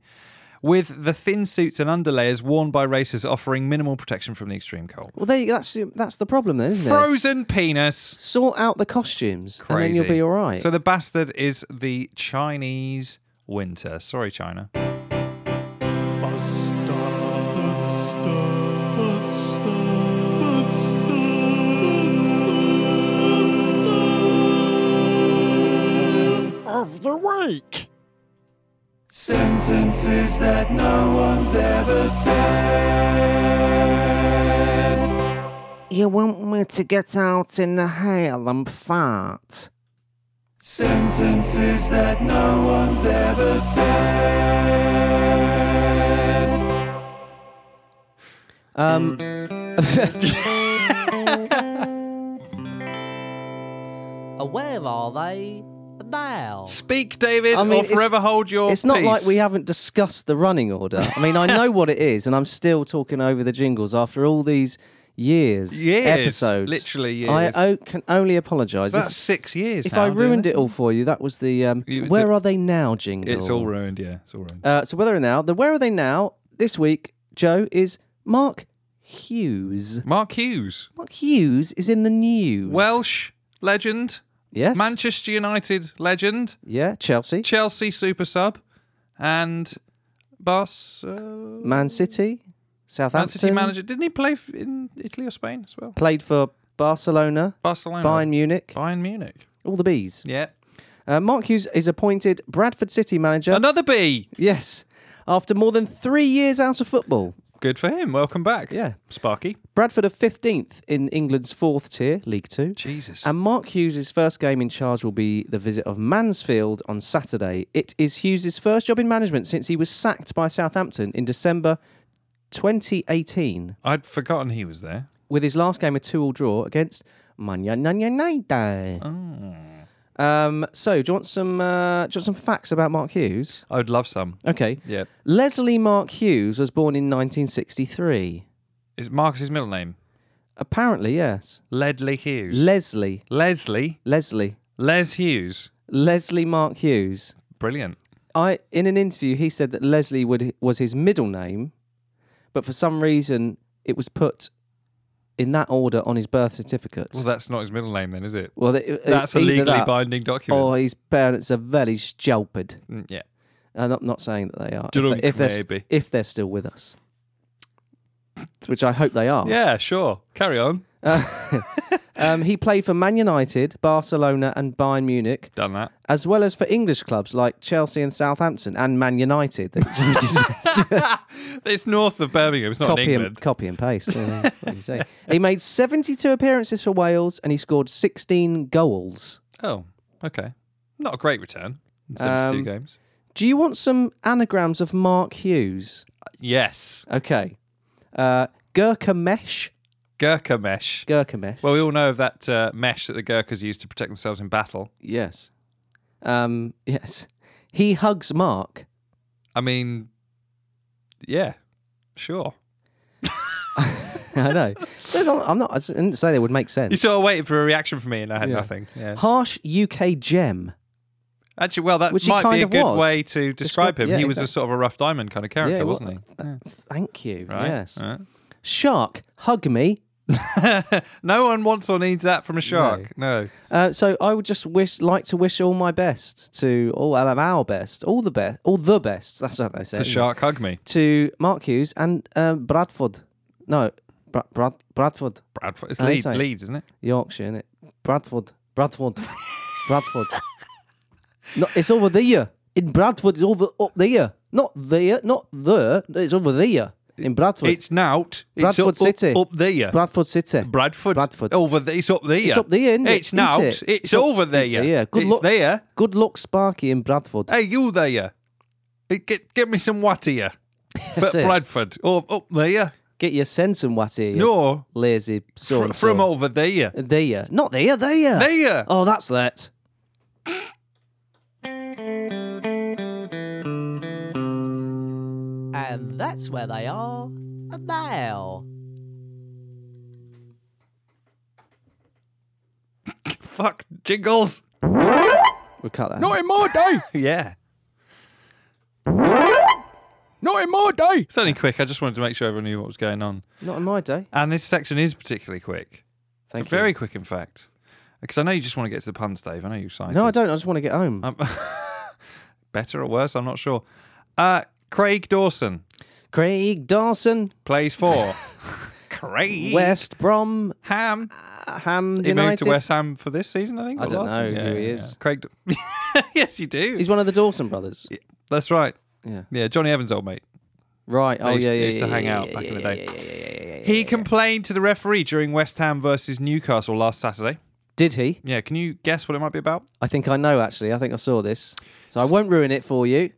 Speaker 4: with the thin suits and underlayers worn by racers offering minimal protection from the extreme cold.
Speaker 2: Well, there. you- That's that's the problem, then, isn't it?
Speaker 4: Frozen penis.
Speaker 2: Sort out the costumes,
Speaker 4: Crazy.
Speaker 2: and then you'll be all right.
Speaker 4: So the bastard is the Chinese winter. Sorry, China.
Speaker 5: of the week.
Speaker 3: Sentences that no one's ever said.
Speaker 2: you want me to get out in the hail and fart?
Speaker 3: Sentences that no one's ever said.
Speaker 2: Um. Where are they now?
Speaker 4: Speak, David,
Speaker 2: I mean,
Speaker 4: or
Speaker 2: it's-
Speaker 4: forever hold your
Speaker 2: It's not like
Speaker 4: peace.
Speaker 2: we haven't discussed the running order. I mean, I know what it is, and I'm still talking over the jingles after all these years,
Speaker 4: Years,
Speaker 2: episodes.
Speaker 4: literally
Speaker 2: I
Speaker 4: years.
Speaker 2: o- can only apologise.
Speaker 4: That's
Speaker 2: If,
Speaker 4: six years.
Speaker 2: if
Speaker 4: now,
Speaker 2: I
Speaker 4: doing
Speaker 2: ruined
Speaker 4: this.
Speaker 2: it all for you, that was the um,
Speaker 4: You- it's
Speaker 2: "Where
Speaker 4: a-
Speaker 2: are they now?" jingle.
Speaker 4: It's all ruined, yeah. It's all ruined.
Speaker 2: Uh, so whether or now the "Where are they now?" this week, Joe is Mark Hughes.
Speaker 4: Mark Hughes,
Speaker 2: Mark Hughes is in the news.
Speaker 4: Welsh legend,
Speaker 2: yes,
Speaker 4: Manchester United legend,
Speaker 2: yeah, Chelsea,
Speaker 4: Chelsea super sub, and Bas uh,
Speaker 2: Man City,
Speaker 4: Man
Speaker 2: Southampton.
Speaker 4: City manager. Didn't he play f- in Italy or Spain as well?
Speaker 2: played for Barcelona,
Speaker 4: Barcelona,
Speaker 2: Bayern Munich,
Speaker 4: Bayern Munich.
Speaker 2: all the bees.
Speaker 4: Yeah,
Speaker 2: Uh, Mark Hughes is appointed Bradford City manager.
Speaker 4: another B.
Speaker 2: yes, after more than three years out of football.
Speaker 4: Good for him. Welcome back.
Speaker 2: Yeah.
Speaker 4: Sparky.
Speaker 2: Bradford are 15th in England's fourth tier, League Two.
Speaker 4: Jesus.
Speaker 2: And Mark Hughes' first game in charge will be the visit of Mansfield on Saturday. It is Hughes' first job in management since he was sacked by Southampton in December 2018,
Speaker 4: I'd forgotten he was there.
Speaker 2: with his last game a two-all draw against Man United. Um, so, do you want some? Uh, do you want some facts about Mark Hughes?
Speaker 4: I'd love some.
Speaker 2: Okay.
Speaker 4: Yeah.
Speaker 2: Leslie Mark Hughes was born in 1963.
Speaker 4: Is Marcus his middle name?
Speaker 2: Apparently, yes.
Speaker 4: Ledley Hughes.
Speaker 2: Leslie.
Speaker 4: Leslie.
Speaker 2: Leslie.
Speaker 4: Les Hughes.
Speaker 2: Leslie Mark Hughes.
Speaker 4: Brilliant.
Speaker 2: I in an interview he said that Leslie would, was his middle name, but for some reason it was put in that order on his birth certificate.
Speaker 4: Well, that's not his middle name, then, is it?
Speaker 2: Well, th-
Speaker 4: That's a
Speaker 2: Uh, either
Speaker 4: legally
Speaker 2: that
Speaker 4: binding document.
Speaker 2: Or his parents are very stupid.
Speaker 4: Mm, yeah.
Speaker 2: And I'm not saying that they are.
Speaker 4: Drunk,
Speaker 2: if, they, are
Speaker 4: maybe.
Speaker 2: if they're still with us, which I hope they are.
Speaker 4: Yeah, sure. Carry on.
Speaker 2: Um, he played for Man United, Barcelona, and Bayern Munich,
Speaker 4: Done that.
Speaker 2: as well as for English clubs like Chelsea and Southampton and Man United. That you just
Speaker 4: It's north of Birmingham. It's not in
Speaker 2: copy,
Speaker 4: England.
Speaker 2: and, copy and paste. I mean, what do you say? He made 72 appearances for Wales and he scored 16 goals.
Speaker 4: Oh, okay. Not a great return in 72
Speaker 2: Um,
Speaker 4: games.
Speaker 2: Do you want some anagrams of Mark Hughes?
Speaker 4: Yes.
Speaker 2: Okay. Uh, Gurkha Mesh.
Speaker 4: Gurkha mesh.
Speaker 2: Gurkha Mesh.
Speaker 4: Well, we all know of that uh, mesh that the Gurkhas used to protect themselves in battle.
Speaker 2: Yes. Um, yes. He hugs Mark.
Speaker 4: I mean, yeah, sure.
Speaker 2: I know. There's not- I'm not. I didn't say they would make
Speaker 4: You
Speaker 2: sense.
Speaker 4: sort of waited for a reaction from me, and I had
Speaker 2: Yeah.
Speaker 4: nothing. Yeah.
Speaker 2: Harsh UK gem.
Speaker 4: Actually, well, that
Speaker 2: Which he
Speaker 4: might be
Speaker 2: kind
Speaker 4: a
Speaker 2: of
Speaker 4: good
Speaker 2: was.
Speaker 4: way to describe him.
Speaker 2: yeah,
Speaker 4: he was a
Speaker 2: exactly.
Speaker 4: sort of a rough diamond kind of character,
Speaker 2: Yeah,
Speaker 4: wasn't he?
Speaker 2: well, Thank you.
Speaker 4: Right.
Speaker 2: Yes.
Speaker 4: Right.
Speaker 2: Shark, hug me.
Speaker 4: no one wants or needs that from a shark. No.
Speaker 2: Uh, so I would just wish, like to wish all my best to all and our best, all the best, all the best. That's what they say.
Speaker 4: To
Speaker 2: isn't it?
Speaker 4: shark hug me,
Speaker 2: To Mark Hughes and um, Bradford. No, Bra- Brad- Bradford,
Speaker 4: Bradford. It's
Speaker 2: I
Speaker 4: Leeds,
Speaker 2: say-
Speaker 4: Leeds, isn't it?
Speaker 2: Yorkshire, innit? Bradford, Bradford, Bradford. no, it's over there. In Bradford, it's over up there. Not there, not there. It's over there. In Bradford,
Speaker 4: It's Nout. It's
Speaker 2: Bradford
Speaker 4: up,
Speaker 2: City.
Speaker 4: Up, up there.
Speaker 2: Bradford City.
Speaker 4: Bradford.
Speaker 2: Bradford.
Speaker 4: Over there. It's up there.
Speaker 2: It's up there, isn't it?
Speaker 4: It's now.
Speaker 2: Isn't it?
Speaker 4: It's,
Speaker 2: It's up-
Speaker 4: over there.
Speaker 2: it's there. Good
Speaker 4: it's
Speaker 2: luck.
Speaker 4: there.
Speaker 2: Good luck, Sparky in Bradford.
Speaker 4: Hey, you there. Hey, Get, get me some what here. For
Speaker 2: That's it.
Speaker 4: Bradford. Oh, up there.
Speaker 2: Get your sense and what here. you
Speaker 4: No.
Speaker 2: lazy
Speaker 4: Fr-
Speaker 2: sort.
Speaker 4: from over there.
Speaker 2: There. Not there, there.
Speaker 4: There.
Speaker 2: Oh, that's that. And that's where they are now.
Speaker 4: Fuck. Jingles.
Speaker 2: We'll cut that.
Speaker 4: in my day. yeah. Not in my day. It's only quick. I just wanted to make sure everyone knew what was going on.
Speaker 2: Not in my day.
Speaker 4: And this section is particularly quick.
Speaker 2: Thank you.
Speaker 4: Very quick, in fact. Because I know you just want to get to the puns, Dave. I know you're excited.
Speaker 2: No, I don't. I just want to get home.
Speaker 4: Um, better or worse, I'm not sure. Uh, Craig Dawson
Speaker 2: Craig Dawson,
Speaker 4: plays for Craig
Speaker 2: West Brom,
Speaker 4: Ham.
Speaker 2: Ham
Speaker 4: He
Speaker 2: United.
Speaker 4: moved to West Ham for this season, I think.
Speaker 2: I
Speaker 4: or
Speaker 2: don't
Speaker 4: last
Speaker 2: know
Speaker 4: one.
Speaker 2: who he is.
Speaker 4: Craig. D- yes, you do.
Speaker 2: He's one of the Dawson brothers.
Speaker 4: That's right.
Speaker 2: Yeah.
Speaker 4: Yeah, Johnny Evans' old mate.
Speaker 2: Right. Oh,
Speaker 4: They used-
Speaker 2: yeah,
Speaker 4: they
Speaker 2: yeah.
Speaker 4: used to
Speaker 2: yeah,
Speaker 4: hang
Speaker 2: yeah,
Speaker 4: out
Speaker 2: yeah,
Speaker 4: back in the
Speaker 2: yeah,
Speaker 4: day.
Speaker 2: yeah, yeah, yeah, yeah, yeah,
Speaker 4: He
Speaker 2: yeah.
Speaker 4: complained to the referee during West Ham versus Newcastle last Saturday.
Speaker 2: Did he?
Speaker 4: Yeah, can you guess what it might be about?
Speaker 2: I think I know, actually. I think I saw this. So I won't ruin it for you.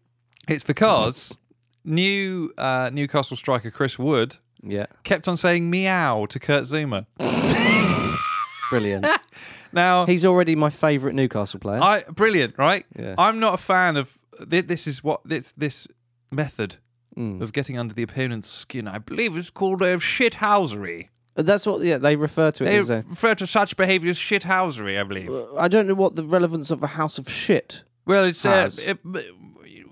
Speaker 4: It's because new uh, Newcastle striker Chris Wood
Speaker 2: Yeah.
Speaker 4: kept on saying meow to Kurt Zuma.
Speaker 2: Brilliant.
Speaker 4: Now,
Speaker 2: He's already my favourite Newcastle player.
Speaker 4: I brilliant, right?
Speaker 2: Yeah.
Speaker 4: I'm not a fan of thi- this. Is what this this method
Speaker 2: Hmm.
Speaker 4: of getting under the opponent's skin. I believe it's called uh, shithousery.
Speaker 2: That's what yeah they refer to it
Speaker 4: They
Speaker 2: as. A,
Speaker 4: refer to such behaviour as shithousery. I believe.
Speaker 2: I don't know what the relevance of a house of shit.
Speaker 4: Well, it's uh,
Speaker 2: Has.
Speaker 4: it,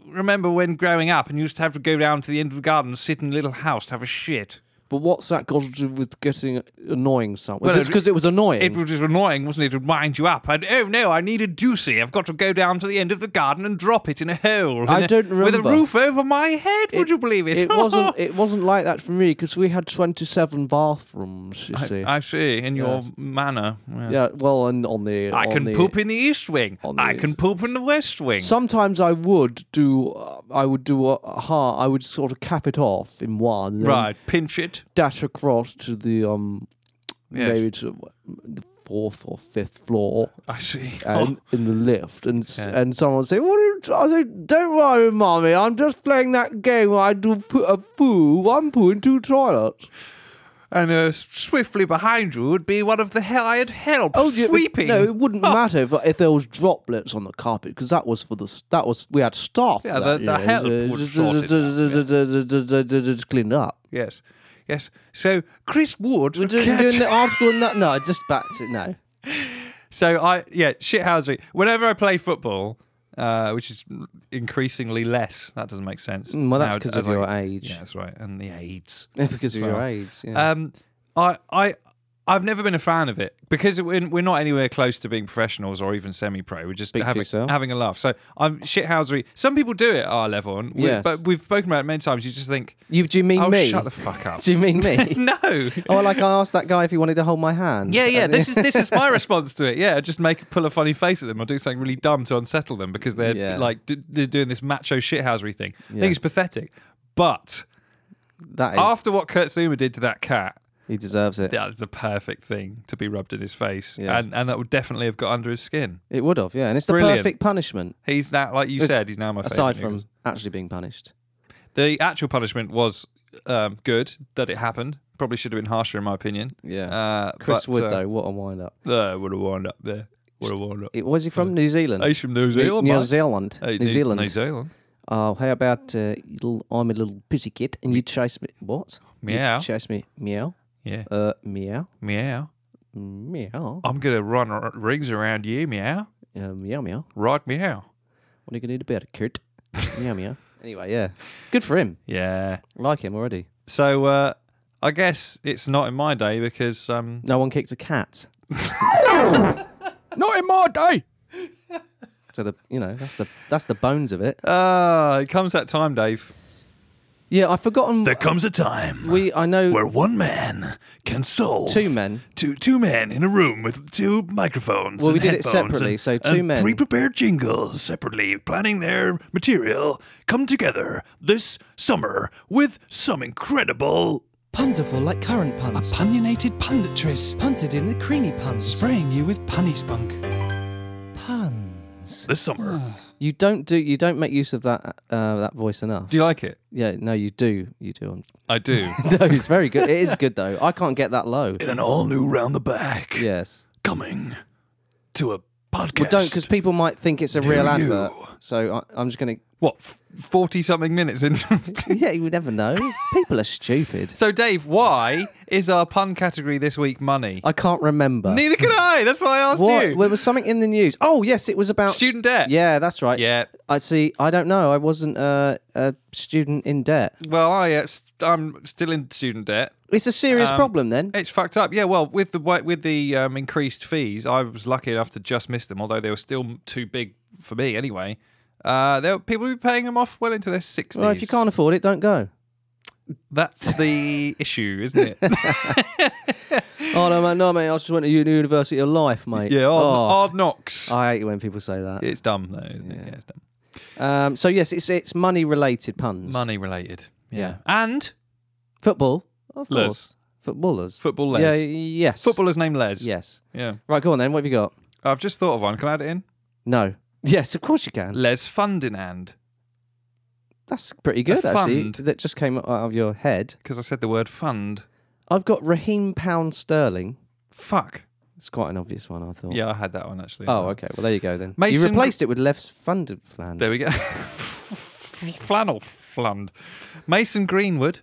Speaker 4: remember when growing up and you used to have to go down to the end of the garden, and sit in a little house to have a shit.
Speaker 2: But what's that got to do with getting annoying someone?
Speaker 4: Well,
Speaker 2: Well,
Speaker 4: it-
Speaker 2: because it was annoying.
Speaker 4: It was just annoying, wasn't it, to wind you up? And oh no, I need a doozy. I've got to go down to the end of the garden and drop it in a hole.
Speaker 2: I
Speaker 4: in a-
Speaker 2: don't
Speaker 4: With a
Speaker 2: remember.
Speaker 4: roof over my head, would
Speaker 2: It-
Speaker 4: you believe it?
Speaker 2: it wasn't. It wasn't like that for me because we had twenty-seven bathrooms. You see.
Speaker 4: I see. In your
Speaker 2: Yes.
Speaker 4: manner, yeah.
Speaker 2: yeah. Well, and on the.
Speaker 4: I
Speaker 2: on
Speaker 4: can
Speaker 2: the-
Speaker 4: poop in the East Wing.
Speaker 2: on the
Speaker 4: I
Speaker 2: east-
Speaker 4: can poop in the West Wing.
Speaker 2: Sometimes I would do. Uh, I would do a, a ha- I would sort of cap it off in one. and then
Speaker 4: right, pinch it.
Speaker 2: Dash across to the um,
Speaker 4: Yes.
Speaker 2: maybe to the fourth or fifth floor.
Speaker 4: I see.
Speaker 2: and in the lift, and s
Speaker 4: Yeah.
Speaker 2: and someone would say, "What?" Are you t-" I say, "Don't worry, mommy. I'm just playing that game. where I do put a poo, one poo, and two toilets."
Speaker 4: and uh, swiftly behind you would be one of the hired help
Speaker 2: Oh, yeah,
Speaker 4: Oh,
Speaker 2: but
Speaker 4: sweeping.
Speaker 2: No, it wouldn't
Speaker 4: Oh,
Speaker 2: matter if, if there was droplets on the carpet because that was for the s- that was we had staff.
Speaker 4: Yeah,
Speaker 2: for that,
Speaker 4: the-
Speaker 2: you
Speaker 4: the
Speaker 2: know,
Speaker 4: help
Speaker 2: uh,
Speaker 4: would
Speaker 2: just-
Speaker 4: sort it
Speaker 2: just Clean it up.
Speaker 4: Yes, yes. So Chris Wood
Speaker 2: We're doing,
Speaker 4: kept-
Speaker 2: doing the article and that. No, I just backed it. No,
Speaker 4: So I yeah, shithousery. Whenever I play football, uh, which is increasingly less, that doesn't make sense.
Speaker 2: Mm, well, that's
Speaker 4: now
Speaker 2: 'cause
Speaker 4: as
Speaker 2: of
Speaker 4: I-
Speaker 2: your age.
Speaker 4: Yeah, that's right, and the AIDS.
Speaker 2: because of your
Speaker 4: Well,
Speaker 2: age. Yeah.
Speaker 4: Um, I I. I've never been a fan of it because we're we're not anywhere close to being professionals or even semi-pro. We're just
Speaker 2: for
Speaker 4: having,
Speaker 2: yourself.
Speaker 4: having a laugh. So I'm shithousery. Some people do it at our level, and we-
Speaker 2: Yes.
Speaker 4: but we've spoken about it many times. You just think,
Speaker 2: you do you mean
Speaker 4: oh,
Speaker 2: me?
Speaker 4: shut the fuck up.
Speaker 2: do you mean me?
Speaker 4: no,
Speaker 2: oh, like I asked that guy if he wanted to hold my hand.
Speaker 4: Yeah, yeah.
Speaker 2: And-
Speaker 4: This is this is my response to it. Yeah, just make pull a funny face at them or do something really dumb to unsettle them because they're
Speaker 2: Yeah.
Speaker 4: like d- they're doing this macho shithousery thing. I
Speaker 2: Yeah.
Speaker 4: think it's pathetic. But
Speaker 2: that is
Speaker 4: after what Kurt Zuma did to that cat,
Speaker 2: he deserves it.
Speaker 4: that is a perfect thing to be rubbed in his face,
Speaker 2: Yeah.
Speaker 4: and and that would definitely have got under his skin.
Speaker 2: It would have, yeah. And it's the
Speaker 4: Brilliant.
Speaker 2: perfect punishment.
Speaker 4: He's now, like you
Speaker 2: It's-
Speaker 4: said, he's now my
Speaker 2: aside
Speaker 4: favourite.
Speaker 2: from actually being punished.
Speaker 4: the actual punishment was um, good that it happened. Probably should have been harsher, in my opinion.
Speaker 2: Yeah.
Speaker 4: Uh,
Speaker 2: Chris
Speaker 4: but,
Speaker 2: Wood
Speaker 4: uh,
Speaker 2: though, what a wind up.
Speaker 4: There would have wound up there. Would have wound up.
Speaker 2: It, was he from New Zealand?
Speaker 4: He's from Uh, New Zealand.
Speaker 2: New
Speaker 4: mate.
Speaker 2: Zealand.
Speaker 4: Hey,
Speaker 2: New Zealand.
Speaker 4: New Zealand.
Speaker 2: Oh, how about uh, you little, I'm a little pussy cat and you chase me? What?
Speaker 4: Meow.
Speaker 2: You chase me? Meow.
Speaker 4: Yeah.
Speaker 2: Uh, meow.
Speaker 4: Meow.
Speaker 2: Meow.
Speaker 4: I'm going to run r- rings around you, meow.
Speaker 2: Uh, meow meow.
Speaker 4: Right, meow.
Speaker 2: What are you gonna do about it, Kurt? meow meow. Anyway, yeah. Good for him.
Speaker 4: Yeah.
Speaker 2: Like him already.
Speaker 4: So uh, I guess it's not in my day because um,
Speaker 2: No one kicked a cat. Not in my day. So the you know that's the that's the bones of it.
Speaker 4: uh, it comes that time, Dave.
Speaker 2: Yeah, I've forgotten.
Speaker 4: comes a time
Speaker 2: we I know
Speaker 4: one man can solve
Speaker 2: two men.
Speaker 4: Two, two men in a room with two microphones.
Speaker 2: Well, we did it separately, so two men.
Speaker 4: prepared jingles separately, planning their material, come together this summer with some incredible
Speaker 3: Punterful like current puns.
Speaker 4: opinionated punditris
Speaker 3: Punted in the creamy puns.
Speaker 4: spraying you with punny spunk
Speaker 3: Puns.
Speaker 4: this summer.
Speaker 2: You don't do you don't make use of that uh, that voice enough.
Speaker 4: Do you like it?
Speaker 2: Yeah, no, you do. You do.
Speaker 4: I do.
Speaker 2: no, it's very good. It is good though. I can't get that low.
Speaker 4: in an all new round the back,
Speaker 2: Yes.
Speaker 4: coming to a podcast.
Speaker 2: Well, don't because people might think it's a real
Speaker 4: Near you.
Speaker 2: advert. So I, I'm just gonna.
Speaker 4: what forty something minutes into.
Speaker 2: Yeah, you never know. People are stupid.
Speaker 4: so, Dave, why is our pun category this week money?
Speaker 2: I can't remember.
Speaker 4: Neither can I. That's why I asked
Speaker 2: Uh, What?
Speaker 4: you.
Speaker 2: There was something in the news. Oh yes, it was about
Speaker 4: Student debt.
Speaker 2: Yeah, that's right.
Speaker 4: Yeah.
Speaker 2: I see. I don't know. I wasn't uh, a student in debt.
Speaker 4: Well, I uh, st- I'm still in student debt.
Speaker 2: It's a serious
Speaker 4: Um,
Speaker 2: problem then.
Speaker 4: It's fucked up. Yeah. Well, with the wa- with the um, increased fees, I was lucky enough to just miss them. Although they were still m- too big for me anyway. Uh, there people will be paying them off well into their sixties.
Speaker 2: Well, if you can't afford it, don't go.
Speaker 4: that's the issue, isn't it?
Speaker 2: Oh no, mate, no, mate. I just went to uni- University of Life, mate.
Speaker 4: yeah. Hard,
Speaker 2: Oh,
Speaker 4: hard knocks.
Speaker 2: I hate it when people say that.
Speaker 4: it's dumb though. Isn't it? Yeah, it's dumb.
Speaker 2: Um, so yes, it's it's money related puns.
Speaker 4: Money related.
Speaker 2: Yeah.
Speaker 4: And
Speaker 2: Football. Of
Speaker 4: Les.
Speaker 2: course. Footballers.
Speaker 4: football
Speaker 2: Yeah.
Speaker 4: Les.
Speaker 2: Yes.
Speaker 4: Footballer's name Les.
Speaker 2: Yes.
Speaker 4: Yeah.
Speaker 2: Right. Go on then. What have you got?
Speaker 4: I've just thought of one. Can I add it in?
Speaker 2: Mm. No. Yes. Of course you can.
Speaker 4: Les Ferdinand.
Speaker 2: That's pretty good
Speaker 4: A
Speaker 2: actually.
Speaker 4: fund.
Speaker 2: That just came out of your head.
Speaker 4: Because I said the word fund.
Speaker 2: I've got Raheem Pound Sterling.
Speaker 4: Fuck.
Speaker 2: It's quite an obvious one, I thought.
Speaker 4: Yeah, I had that one actually.
Speaker 2: Oh, okay. Well, there you go then. you
Speaker 4: Mason-
Speaker 2: replaced it with left funded flan.
Speaker 4: There we go. Flannel flund. Mason Greenwood.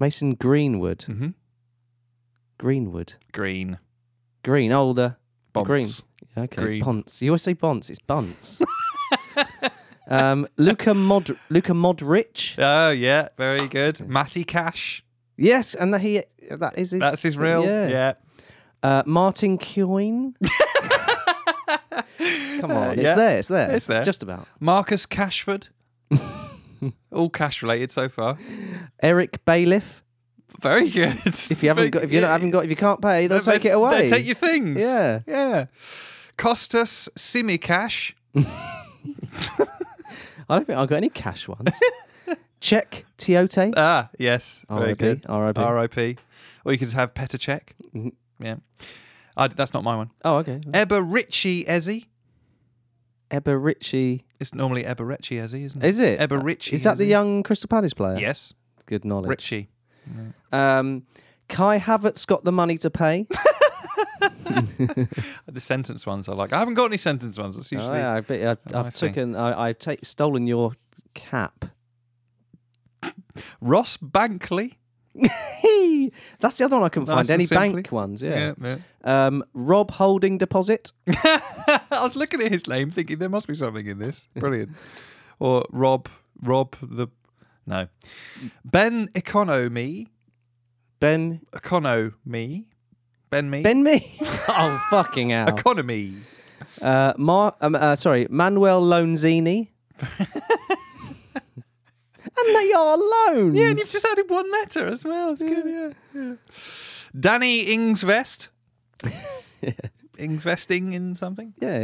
Speaker 2: Mason Greenwood.
Speaker 4: Mm-hmm.
Speaker 2: Greenwood.
Speaker 4: Green.
Speaker 2: Green. Oh, the the
Speaker 4: Bonds.
Speaker 2: green. Yeah, Okay.
Speaker 4: Green.
Speaker 2: Ponce. You always say Ponce. It's Bunce. um, Luca Mod Luca Modric.
Speaker 4: Oh, yeah. Very good. Matty Cash.
Speaker 2: Yes, and that he that is his.
Speaker 4: That's his real. Yeah.
Speaker 2: Uh, Martin Kioin. Come on, it's
Speaker 4: yeah.
Speaker 2: there, it's there,
Speaker 4: It's there.
Speaker 2: Just about.
Speaker 4: Marcus Cashford. All cash related so far.
Speaker 2: Eric Bailiff.
Speaker 4: Very good.
Speaker 2: If you haven't got, if you not haven't got, if you can't pay, they'll take it away.
Speaker 4: They take your things.
Speaker 2: Yeah.
Speaker 4: Yeah. Costas Simicash.
Speaker 2: I don't think I've got any cash ones. Check Tiote.
Speaker 4: Ah, yes. Very
Speaker 2: R.I.P.,
Speaker 4: good.
Speaker 2: R.I.P..
Speaker 4: R.I.P. Or you could just have Petacek.
Speaker 2: Mhm.
Speaker 4: Yeah. I, that's not my one.
Speaker 2: Oh, okay.
Speaker 4: Eber Ritchie Ezzy.
Speaker 2: Eber Ritchie.
Speaker 4: It's normally Eber Ritchie Ezzy, isn't it?
Speaker 2: Is it? Uh,
Speaker 4: Eber Ritchie.
Speaker 2: Is that the
Speaker 4: Ezzy.
Speaker 2: young Crystal Palace player?
Speaker 4: Yes.
Speaker 2: Good knowledge.
Speaker 4: Ritchie.
Speaker 2: Um, Kai Havertz got the money to pay.
Speaker 4: The sentence ones I like. I haven't got any sentence ones. That's
Speaker 2: oh,
Speaker 4: usually.
Speaker 2: yeah, I bet you- I've,
Speaker 4: Oh, I
Speaker 2: I've
Speaker 4: see.
Speaker 2: taken. I, I've take, stolen your cap.
Speaker 4: Ross Bankley.
Speaker 2: Whee! That's the other one I couldn't
Speaker 4: Nice
Speaker 2: find.
Speaker 4: and
Speaker 2: Any
Speaker 4: simply.
Speaker 2: bank ones,
Speaker 4: Yeah,
Speaker 2: yeah.
Speaker 4: yeah.
Speaker 2: Um, Rob Holding Deposit.
Speaker 4: I was looking at his name thinking there must be something in this. Brilliant. or Rob, Rob the. No. Ben Economy.
Speaker 2: Ben.
Speaker 4: Economy. Ben me.
Speaker 2: Ben me. oh, fucking hell.
Speaker 4: Economy.
Speaker 2: Uh, Mar- um, uh, sorry, Manuel Lonzini. and they are loans.
Speaker 4: Yeah, and you've just added one letter as well. It's good, yeah. yeah. Danny Ingsvest. Ingsvesting in something?
Speaker 2: Yeah,